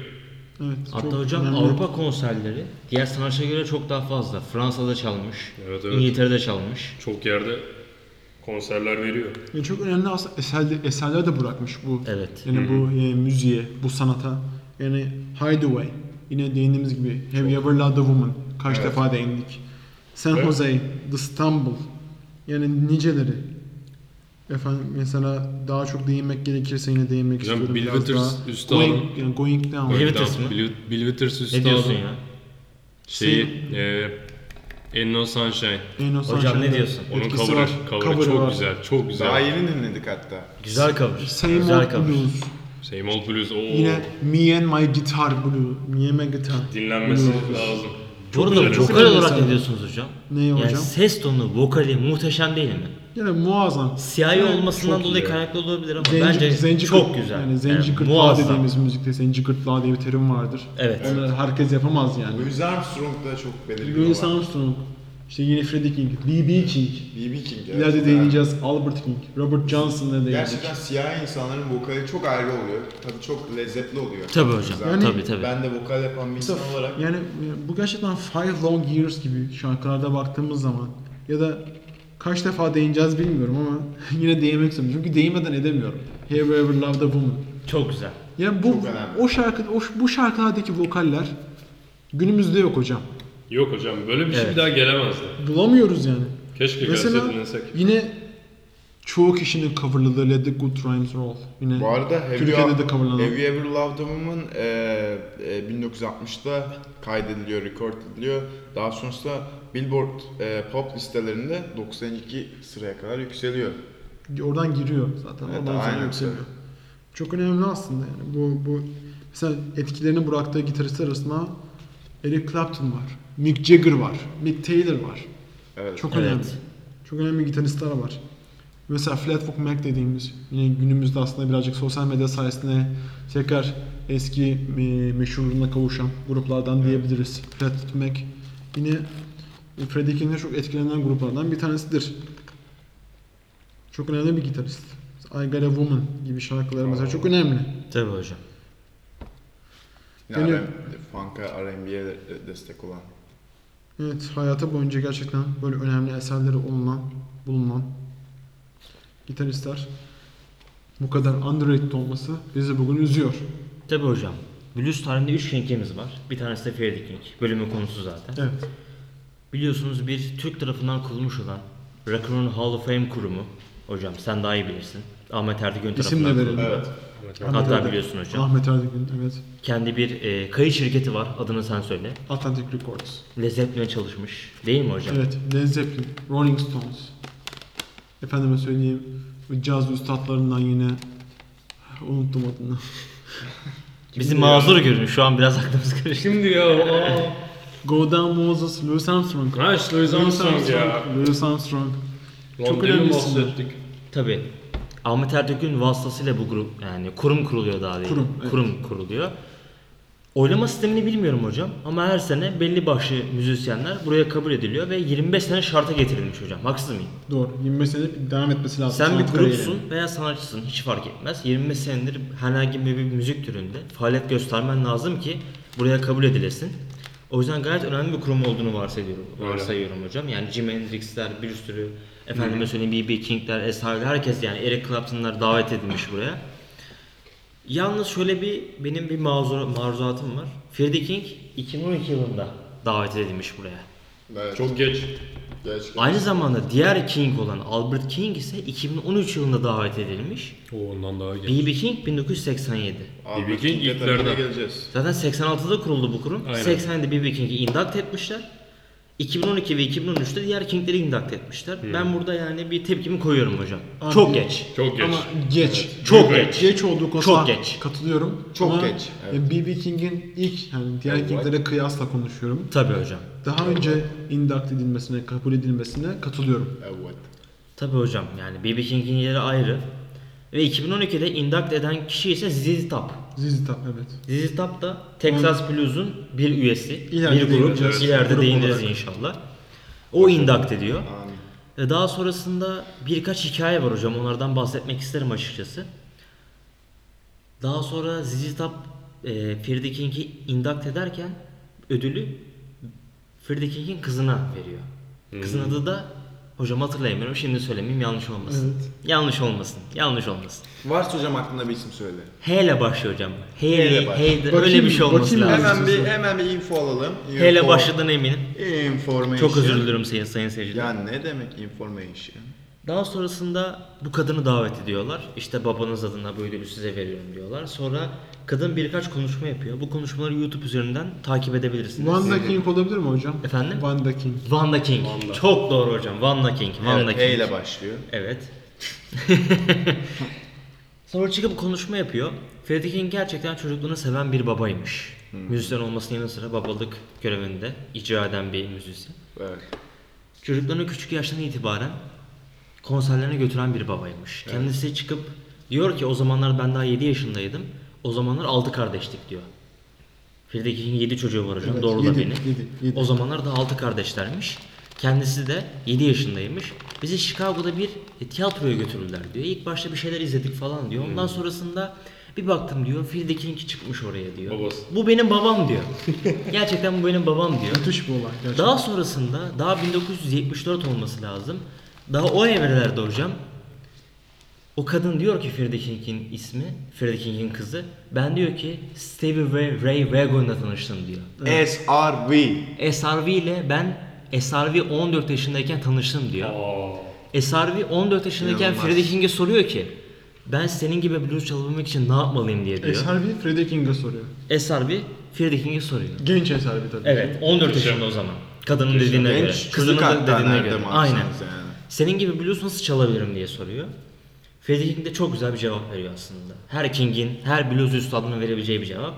S3: Evet.
S4: Hatta
S3: çok
S4: hocam
S3: önemli.
S4: Avrupa konserleri diğer sanatçılara göre çok daha fazla. Fransa'da çalmış,
S2: Evet, evet.
S4: İngiltere'de çalmış.
S2: Çok yerde konserler veriyor.
S3: Yani çok önemli aslında eserler, eserler de bırakmış bu.
S4: Evet.
S3: Yani bu
S2: Hmm.
S3: e, müziğe, bu sanata. Yani Hideaway. Yine değindiğimiz gibi Have You Ever Loved a Woman. Kaç
S1: Evet.
S3: defa değindik. San
S2: Evet.
S3: Jose, The Stumble. Yani niceleri. Efendim mesela daha çok değinmek gerekirse yine değinmek
S2: Hocam,
S3: istiyorum.
S2: Bill
S3: biraz
S2: Withers
S3: daha.
S2: üstadım.
S3: Going, yani going down.
S4: Bill Withers mı?
S2: Bill, Bill Withers
S4: Ne diyorsun
S2: üstadı.
S4: ya?
S2: Şeyi,
S3: Şey,
S2: e, Ain't No Sunshine.
S3: Ain't No
S4: Hocam,
S3: Sunshine'da
S4: ne diyorsun?
S2: Onun
S3: etkisi
S2: cover'ı.
S3: var.
S2: Cover'ı
S3: Cover'ı
S2: çok
S3: var.
S2: güzel. Çok güzel.
S1: daha yeni dinledik hatta.
S4: Güzel cover.
S3: Same
S4: Güzel
S3: Old
S4: cover.
S3: Blues.
S2: Same Old Blues. Oo.
S3: Yine Me and My Guitar Blue. Me and My Guitar.
S2: Dinlenmesi
S3: Blue.
S2: lazım.
S4: Bu
S2: güzel
S4: arada
S2: eser.
S4: vokal olarak
S3: Mesela-
S4: ne diyorsunuz hocam?
S3: Neyi
S4: yani
S3: hocam?
S4: ses tonu, vokali muhteşem değil mi?
S3: Yine muazzam.
S4: Siyahi
S3: Evet,
S4: olmasından
S2: çok
S4: dolayı
S2: iyi.
S4: kaynaklı olabilir ama
S3: Zenci,
S4: bence
S3: zenci
S4: çok
S3: gırt-
S4: güzel.
S3: Yani zenci
S4: Evet,
S3: gırtlağı
S4: muazzam.
S3: dediğimiz müzikte zenci gırtlağı diye bir terim vardır.
S4: Evet.
S3: Onu herkes yapamaz yani.
S1: Louis Armstrong da çok belirgin
S3: Louis
S1: olan.
S3: Armstrong, işte yine Freddie King, B.B. King,
S1: B.B. King. evet.
S3: ileride değineceğiz Albert King, Robert Johnson'la değineceğiz.
S1: Gerçekten siyah insanların vokali çok ayrı oluyor. Tabii çok lezzetli oluyor.
S4: Tabii hocam.
S1: Güzel.
S3: Yani-
S4: tabii tabii.
S1: Ben de vokal yapan bir insan olarak
S3: Yani e, bu gerçekten Five Long Years gibi şarkılarda baktığımız zaman ya da kaç defa değineceğiz bilmiyorum ama yine değinmek istiyorum. Çünkü değinmeden edemiyorum. Have You Ever Loved a Woman.
S4: Çok güzel.
S3: Yani bu
S1: Çok önemli.
S3: o şarkı o, bu şarkılardaki vokaller günümüzde yok hocam.
S2: Yok hocam böyle bir şey
S4: Evet.
S2: bir daha gelemezdi.
S3: Bulamıyoruz yani.
S2: Keşke
S3: Mesela
S2: gelse dinlesek.
S3: yine çoğu kişinin coverladığı Let the Good Times Roll. Yine
S1: Bu arada Have
S3: Türkiye'de
S1: You,
S3: de coverlanan.
S1: Have You Ever Loved a Woman e, eee, eee, 1960'da kaydediliyor, record ediliyor. Daha sonrasında Billboard eee, pop listelerinde 92 sıraya kadar yükseliyor.
S3: oradan giriyor zaten.
S1: Evet,
S3: oradan zaten
S1: aynen.
S3: yükseliyor. Çok önemli aslında yani. Bu bu mesela etkilerini bıraktığı gitaristler arasında Eric Clapton var. Mick Jagger var. Mick Taylor var.
S1: Evet.
S3: Çok
S4: Evet.
S3: önemli. Çok önemli gitaristler var. Mesela Fleetwood Mac dediğimiz yine günümüzde aslında birazcık sosyal medya sayesinde tekrar eski e, meşhurluğuna kavuşan gruplardan diyebiliriz. Fleetwood Mac yine Freddie King'den çok etkilenen gruplardan bir tanesidir. Çok önemli bir gitarist. I Got A Woman gibi şarkıları mesela çok önemli.
S4: Tabii hocam.
S1: Yani,
S3: Yani-
S1: Funk'a, R&B'ye de- destek olan.
S3: Evet, hayatı boyunca gerçekten böyle önemli eserleri olunan, bulunan gitaristler bu kadar underrated olması bizi bugün üzüyor.
S4: Tabii hocam. Blues tarihinde 3 King'imiz var. Bir tanesi de Freddie King. Bölümün konusu zaten.
S3: Evet.
S4: Biliyorsunuz bir Türk tarafından kurulmuş olan Rock and Roll Hall of Fame kurumu. Hocam sen daha iyi bilirsin. Ahmet Ertegün
S3: İsim de
S4: tarafından
S3: verelim.
S4: kuruldu.
S1: Evet.
S4: Hatta biliyorsun hocam.
S3: Ahmet Erdoğan, evet.
S4: Kendi bir e, kayıt şirketi var. Adını sen söyle.
S3: Atlantic Records.
S4: Led Zeppelin'e çalışmış. Değil mi hocam?
S3: Evet, Led Zeppelin, Rolling Stones. Efendime söyleyeyim, bu caz üstadlarından yine unuttum adını.
S4: Bizi mazur görün. Şu an biraz aklımız karıştı.
S2: Şimdi ya aa.
S3: Go Down Moses, Louis Armstrong.
S2: Ha işte Louis Armstrong ya.
S3: Louis Armstrong.
S2: Çok
S3: önemli
S2: önemli
S3: isimler.
S2: bahsettik.
S4: Tabii. Ahmet Ertök'ün vasıtasıyla bu grup yani kurum kuruluyor daha değil.
S3: Kurum, evet.
S4: Kurum kuruluyor. Oylama sistemini bilmiyorum hocam ama her sene belli başlı müzisyenler buraya kabul ediliyor ve 25 sene şarta getirilmiş hocam. Haksız mıyım?
S3: Doğru, 25 senedir devam etmesi lazım.
S4: Sen bir
S3: sanat kariyerine.
S4: grupsun veya sanatçısın hiç fark etmez. 25 senedir herhangi bir müzik türünde faaliyet göstermen lazım ki buraya kabul edilesin. O yüzden gayet önemli bir kurum olduğunu varsayıyorum,
S2: Öyle.
S4: varsayıyorum hocam. Yani Jimi Hendrix'ler bir sürü efendime söyleyeyim B.B. King'ler eserler herkes yani Eric Clapton'lar davet edilmiş buraya. Yalnız şöyle bir benim bir mazur, maruzatım var. Freddie King 2012 yılında davet edilmiş buraya.
S1: Evet.
S2: Çok geç.
S1: Gerçekten.
S4: Aynı zamanda diğer King olan Albert King ise 2013 yılında davet edilmiş.
S2: O ondan daha genç.
S4: B.B. King 1987.
S1: Abi,
S2: BB King
S1: King'e tabii
S2: ilklerden.
S1: geleceğiz.
S4: Zaten 86'da kuruldu bu kurum.
S2: Aynen.
S4: 80'de B.B. King'i induct etmişler. 2012 ve 2013'te diğer King'leri induct etmişler. Ben burada yani bir tepkimi koyuyorum hocam.
S3: Abi-
S4: Çok geç.
S2: Çok geç.
S3: Ama geç.
S4: Çok
S2: Çok
S4: geç.
S3: Geç olduğu konusunda
S4: Çok geç.
S3: katılıyorum.
S1: Çok
S3: Ama
S1: geç, evet.
S3: e, B.B. King'in ilk yani diğer
S1: Evet.
S3: King'lere kıyasla konuşuyorum.
S4: Tabii hocam.
S3: Daha önce induct edilmesine, kabul edilmesine katılıyorum.
S1: Evet.
S4: Tabii hocam. Yani B.B. King'in yeri ayrı. Ve 2012'de induct eden kişi ise ZZ Top.
S3: ZZ Top evet.
S4: ZZ Top da Texas Blues'un bir üyesi,
S3: İleride
S4: bir grup.
S3: değineceğiz.
S4: İleride
S3: Grup
S4: değiniriz
S3: olarak.
S4: inşallah. O induct ediyor.
S1: Amin.
S4: E, Daha sonrasında birkaç hikaye var hocam. Onlardan bahsetmek isterim açıkçası. Daha sonra ZZ Top e, Ferdi King'i induct ederken ödülü Ferdi King'in kızına veriyor.
S3: Hmm.
S4: Kızın adı da hocam hatırlayamıyorum. Şimdi söylemeyeyim yanlış olmasın.
S3: Evet.
S4: Yanlış olmasın. Yanlış olmasın.
S1: Varsa hocam aklında bir isim söyle.
S4: H ile başlıyor hocam. H
S1: H ile
S4: ile
S1: başlıyor.
S4: öyle
S3: Bakayım-
S4: bir şey olması
S3: bakayım ben.
S4: lazım.
S1: Hemen bir hemen bir info alalım.
S4: H ile
S1: Info-
S4: başladığına eminim.
S1: Information.
S4: Çok özür dilerim sayın sayın seyirciler.
S1: Ya ne demek information?
S4: Daha sonrasında bu kadını davet ediyorlar. İşte babanız adına bu ödülü size veriyorum diyorlar. Sonra kadın birkaç konuşma yapıyor. Bu konuşmaları YouTube üzerinden takip edebilirsiniz.
S3: Wanda King olabilir mi hocam?
S4: Efendim?
S3: Wanda King.
S4: Vanda King. Çok doğru hocam. Vanda King. Vanda
S1: Evet,
S4: King.
S1: H ile başlıyor.
S4: Evet. Sonra çıkıp konuşma yapıyor. Freddie King gerçekten çocukluğunu seven bir babaymış. Müzisyen olmasının yanı sıra babalık görevinde icra eden bir müzisyen.
S1: Evet.
S4: Çocuklarını küçük yaştan itibaren konserlerine götüren bir babaymış. Kendisi çıkıp diyor ki o zamanlar ben daha 7 yaşındaydım. O zamanlar 6 kardeştik diyor. Firdeki'nin 7 çocuğu var hocam.
S3: Evet,
S4: Doğru da
S3: yedi,
S4: beni.
S3: yedi, yedi.
S4: O zamanlar da 6 kardeşlermiş. Kendisi de 7 yaşındaymış. Bizi Chicago'da bir e, tiyatroya götürdüler diyor. İlk başta bir şeyler izledik falan diyor.
S3: Hmm.
S4: Ondan sonrasında bir baktım diyor. Firde King çıkmış oraya diyor.
S2: Babası.
S4: Bu benim babam diyor. Gerçekten bu benim babam diyor.
S3: Müthiş bir olay gerçekten.
S4: Daha sonrasında daha 1974 olması lazım. Daha o evrelerde hocam o kadın diyor ki Feride King'in ismi, Feride King'in kızı. Ben diyor ki Stevie Ray, Ray Vaughan'la tanıştım diyor.
S1: SRV.
S4: SRV ile ben SRV 14 yaşındayken tanıştım diyor.
S2: Aa.
S4: SRV 14 yaşındayken
S1: İnanılmaz.
S4: Feride King'e soruyor ki ben senin gibi blues çalabilmek için ne yapmalıyım diye diyor.
S3: SRV Freddie King'e soruyor.
S4: SRV Feride King'e soruyor.
S3: Genç SRV tabii.
S4: Evet 14 yaşında o zaman. Kadının dediğine göre.
S1: Genç
S4: Kızının
S1: çocuk
S4: da
S1: hatta
S4: dediğine
S1: nerede
S4: göre.
S1: baksanız
S4: Aynen.
S1: yani.
S4: Senin gibi blues nasıl çalabilirim diye soruyor. Freddie King de çok güzel bir cevap veriyor aslında. Her King'in, her blues üstadının verebileceği bir cevap.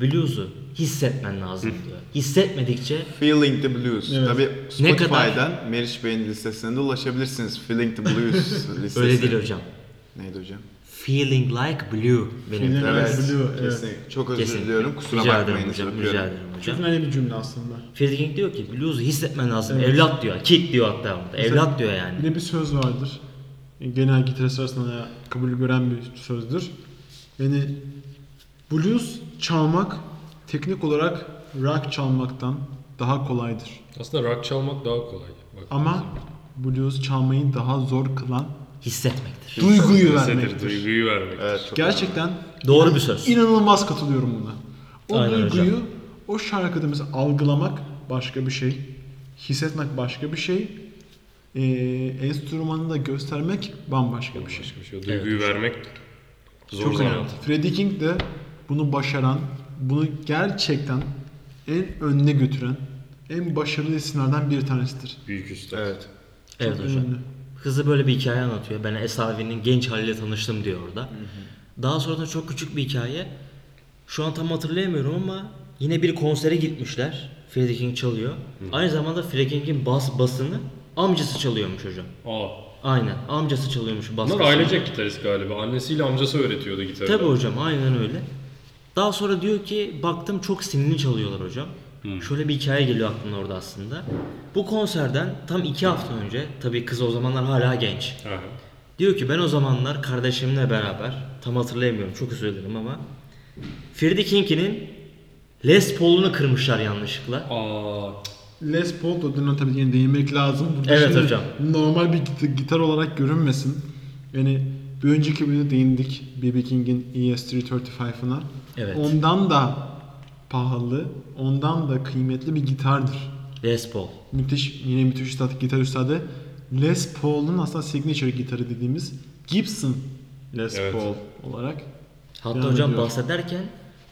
S4: Blues'u hissetmen lazım diyor. Hissetmedikçe
S1: Feeling the Blues.
S3: Evet.
S1: Tabii
S4: Ne
S1: Spotify'dan Meriç Bey'in listesine de ulaşabilirsiniz. Feeling the Blues listesi.
S4: öyle değil hocam.
S1: Neydi hocam?
S4: Feeling like blue benim.
S3: Feeling- Evet,
S1: Evet.
S3: Blue, evet.
S1: Kesinlikle. Çok özür
S4: Kesinlikle.
S1: diliyorum. Kusura
S4: rica
S1: bakmayın.
S4: ederim hocam,
S1: öpüyorum.
S4: rica ederim hocam.
S3: Çok önemli bir cümle aslında.
S4: Freddie King diyor ki blues'u hissetmen lazım. Evlat diyor. Kid diyor hatta. orada. Evlat diyor yani.
S3: Bir de bir söz vardır. Genel gitarist arasında da kabul gören bir sözdür. Yani blues çalmak teknik olarak rock çalmaktan daha kolaydır.
S2: Aslında rock çalmak daha kolay. Bak,
S3: Ama blues çalmayı daha zor kılan
S4: Hissetmektir.
S3: duyguyu
S2: hissedir,
S3: vermektir.
S2: duyguyu vermek.
S1: Evet, çok
S3: Gerçekten
S4: Doğru bir söz.
S3: inanılmaz katılıyorum buna. O
S4: Aynen
S3: duyguyu, o şarkıda mesela algılamak başka bir şey, hissetmek başka bir şey, ee, enstrümanı da göstermek bambaşka bir şey.
S2: Başka bir şey. yok. Duyguyu vermek zor
S3: Çok önemli.
S2: zanaat.
S3: Freddie King de bunu başaran, bunu gerçekten en önüne götüren, en başarılı isimlerden bir tanesidir.
S2: Büyük üstad.
S1: Evet.
S4: Evet hocam.
S3: önemli.
S4: Kızı böyle bir hikaye anlatıyor. Ben SAV'nin genç haliyle tanıştım diyor orada. Daha sonra da çok küçük bir hikaye. Şu an tam hatırlayamıyorum ama yine bir konsere gitmişler. Freddie King çalıyor. Aynı zamanda Freddie King'in bas basını amcası çalıyormuş hocam.
S2: Aa.
S4: Aynen amcası çalıyormuş bas
S2: Bunlar
S4: basını.
S2: ailecek gitarist galiba. Annesiyle amcası öğretiyordu gitarı.
S4: Tabii hocam aynen öyle. Daha sonra diyor ki baktım çok sinirli çalıyorlar hocam. Şöyle bir hikaye geliyor aklımda orada aslında. Bu konserden tam iki hafta önce tabii kız o zamanlar hala genç.
S2: Aha.
S4: Diyor ki ben o zamanlar kardeşimle beraber tam hatırlayamıyorum çok özür dilerim ama Ferdi King'in Les Paul'unu kırmışlar yanlışlıkla.
S2: Aa.
S3: Les Paul da tabii yine değinmek lazım. Burada
S4: Evet
S3: şimdi
S4: hocam.
S3: Normal bir git- gitar olarak görünmesin. Yani bir önceki bölümde değindik B.B. King'in E ES-335'ına.
S4: Evet.
S3: Ondan da pahalı, ondan da kıymetli bir gitardır.
S4: Les Paul.
S3: Müthiş yine müthiş üstad gitar üstadı. Les Paul'un aslında signature gitarı dediğimiz Gibson Les
S2: Evet.
S3: Paul olarak.
S4: Hatta
S3: Devam
S4: hocam
S3: ediyor.
S4: bahsederken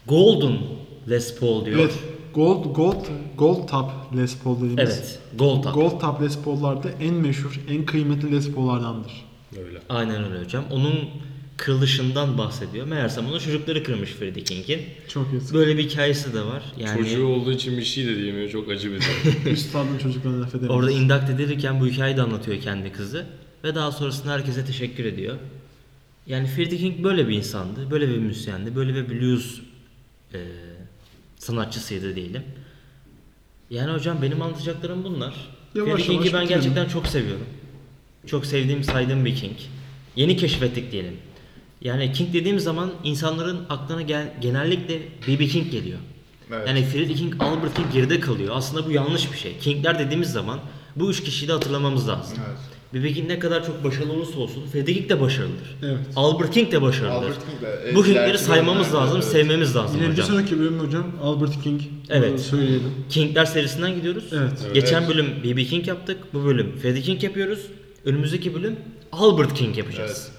S4: Golden Les Paul diyor.
S3: Evet. Gold Gold Gold Top Les Paul dediğimiz.
S4: Evet. Gold Top.
S3: Gold Top Les Paul'larda en meşhur, en kıymetli Les Paul'lardandır.
S2: Öyle.
S4: Aynen öyle hocam. Onun kırılışından bahsediyor. Meğersem onun çocukları kırmış Freddie King'in.
S3: Çok yazık.
S4: Böyle bir hikayesi de var. Yani
S2: Çocuğu olduğu için bir şey de diyemiyor. Çok acı bir durum.
S3: Üstadın çocuklarına laf edemeyiz.
S4: orada induct edilirken bu hikayeyi de anlatıyor kendi kızı. Ve daha sonrasında herkese teşekkür ediyor. Yani Freddie King böyle bir insandı. Böyle bir müzisyendi. Böyle bir blues e, sanatçısıydı diyelim. Yani hocam benim anlatacaklarım bunlar.
S3: Yavaş
S4: Freddie King'i
S3: yavaş
S4: ben
S3: bitirelim.
S4: gerçekten çok seviyorum. Çok sevdiğim, saydığım bir King. Yeni keşfettik diyelim. Yani King dediğim zaman insanların aklına gel- genellikle B.B. King geliyor.
S1: Evet.
S4: Yani Hani Freddie King, Albert King geride kalıyor. Aslında bu yanlış bir şey. Kingler dediğimiz zaman bu üç kişiyi de hatırlamamız lazım.
S1: Evet.
S4: B.B. King ne kadar çok başarılı olursa olsun Freddie King de başarılıdır.
S3: Evet.
S4: Albert King de başarılıdır.
S1: Albert King de, e,
S4: bu Kingleri
S1: ileriki
S4: saymamız
S1: bölümlerde,
S4: lazım,
S1: evet.
S4: sevmemiz lazım
S3: Yine bir
S4: hocam.
S3: sonraki bölümde hocam Albert King.
S4: Evet.
S3: Bunu Söyleyelim.
S4: Kingler serisinden gidiyoruz.
S3: Evet. Evet.
S4: Geçen bölüm B.B. King yaptık. Bu bölüm Freddie King yapıyoruz. Önümüzdeki bölüm Albert King yapacağız.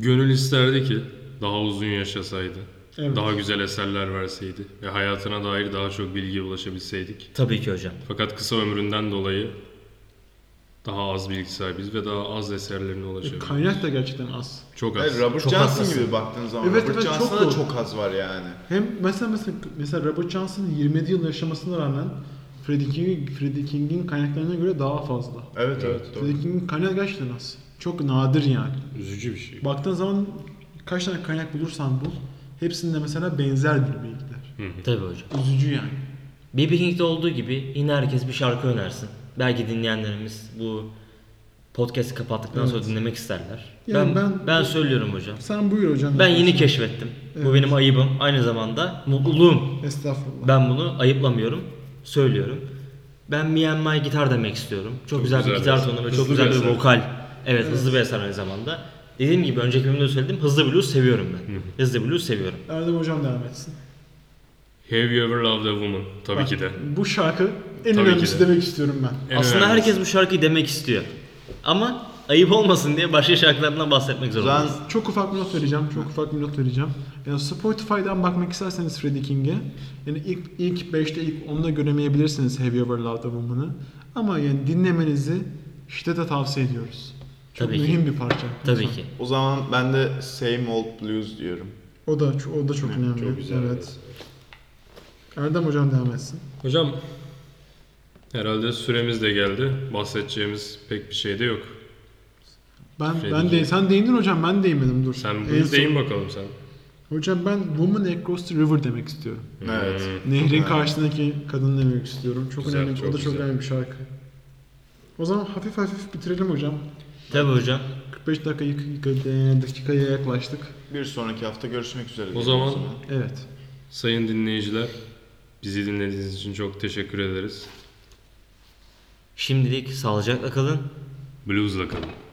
S2: Gönül isterdi ki daha uzun yaşasaydı.
S3: Evet.
S2: Daha güzel eserler verseydi ve hayatına dair daha çok bilgiye ulaşabilseydik.
S4: Tabii ki hocam.
S2: Fakat kısa ömründen dolayı daha az bilgi sahibiz ve daha az eserlerine
S4: E,
S2: ulaşabiliyoruz.
S3: Kaynak da gerçekten az.
S2: Çok az.
S1: Evet, Robert
S4: Çok
S1: Johnson
S4: haklısın.
S1: gibi baktığın zaman
S3: Evet,
S1: Robert
S3: evet, çok
S1: Johnson'da
S3: doğru.
S1: çok, az var yani.
S3: Hem mesela mesela, mesela Robert Johnson 27 yıl yaşamasına rağmen Freddie King, Freddie King'in kaynaklarına göre daha fazla.
S1: Evet evet, doğru.
S3: Freddie King'in kaynağı gerçekten az. Çok nadir yani.
S2: Üzücü bir şey.
S3: Baktığın zaman kaç tane kaynak bulursan bul, hepsinde mesela benzerdir bilgiler.
S4: Tabii hocam.
S3: Üzücü yani.
S4: B.B. King'de olduğu gibi yine herkes bir şarkı önersin. Belki dinleyenlerimiz bu podcast'i kapattıktan sonra dinlemek isterler.
S3: Yani
S4: ben,
S3: ben-
S4: ben söylüyorum hocam.
S3: Sen buyur hocam.
S4: Ben yeni keşfettim.
S3: Evet.
S4: Bu benim ayıbım. Aynı zamanda mutluluğum.
S3: Estağfurullah.
S4: Ben bunu ayıplamıyorum. Söylüyorum. Ben Me and My Guitar demek istiyorum. Çok, güzel,
S2: güzel
S4: bir
S2: bir
S4: gitar
S2: eser.
S4: tonu ve
S2: Hızlı
S4: çok güzel
S2: bir
S4: bir
S2: eser.
S4: vokal. Evet, hızlı bir eser aynı zamanda. Dediğim gibi önceki bölümde de söyledim. Hızlı blues seviyorum ben. Hızlı blues seviyorum.
S3: Erdem hocam devam etsin.
S2: Have you ever loved a woman? Tabii
S3: Bak,
S2: ki de.
S3: Bu şarkı en
S2: Tabii
S3: önemlisi
S2: ki de.
S3: demek istiyorum ben.
S2: En
S4: Aslında
S2: önemlisi.
S4: herkes bu şarkıyı demek istiyor. Ama ayıp olmasın diye başka şarkılarından bahsetmek zorundayız.
S3: Çok ufak bir not vereceğim. Çok ufak bir not vereceğim. Yani Spotify'dan bakmak isterseniz Freddie King'e yani ilk ilk 5'te ilk 10'da göremeyebilirsiniz Have You Ever Loved a Woman'ı. Ama yani dinlemenizi şiddetle tavsiye ediyoruz. Çok
S4: Tabii ki.
S3: mühim bir parça.
S4: Tabii
S3: Lütfen.
S4: ki.
S1: O zaman ben de Same Old Blues diyorum.
S3: O da o da çok önemli.
S2: çok güzel.
S3: Evet. Erdem hocam devam etsin.
S2: Hocam herhalde süremiz de geldi. Bahsedeceğimiz pek bir şey de yok.
S3: Ben
S2: Freddie
S3: ben de
S2: King.
S3: sen değindin hocam ben değinmedim dur.
S2: Sen
S3: En
S2: bunu
S3: son-
S2: deyin bakalım sen.
S3: Hocam ben Woman Across the River demek istiyorum.
S4: Hmm.
S1: Evet.
S3: Nehrin
S1: Evet.
S3: karşısındaki kadın demek istiyorum. Çok
S2: Ee, Güzel,
S3: önemli.
S2: çok
S3: o da çok
S2: güzel.
S3: önemli bir şarkı. O zaman hafif hafif bitirelim hocam.
S4: Tabii hocam.
S3: 45 dakika yık- yık- e, dakikaya yaklaştık.
S1: Bir sonraki hafta görüşmek üzere. diyelim
S2: zaman-
S3: Evet.
S2: Sayın dinleyiciler bizi dinlediğiniz için çok teşekkür ederiz.
S4: Şimdilik sağlıcakla kalın.
S2: Blues'la kalın.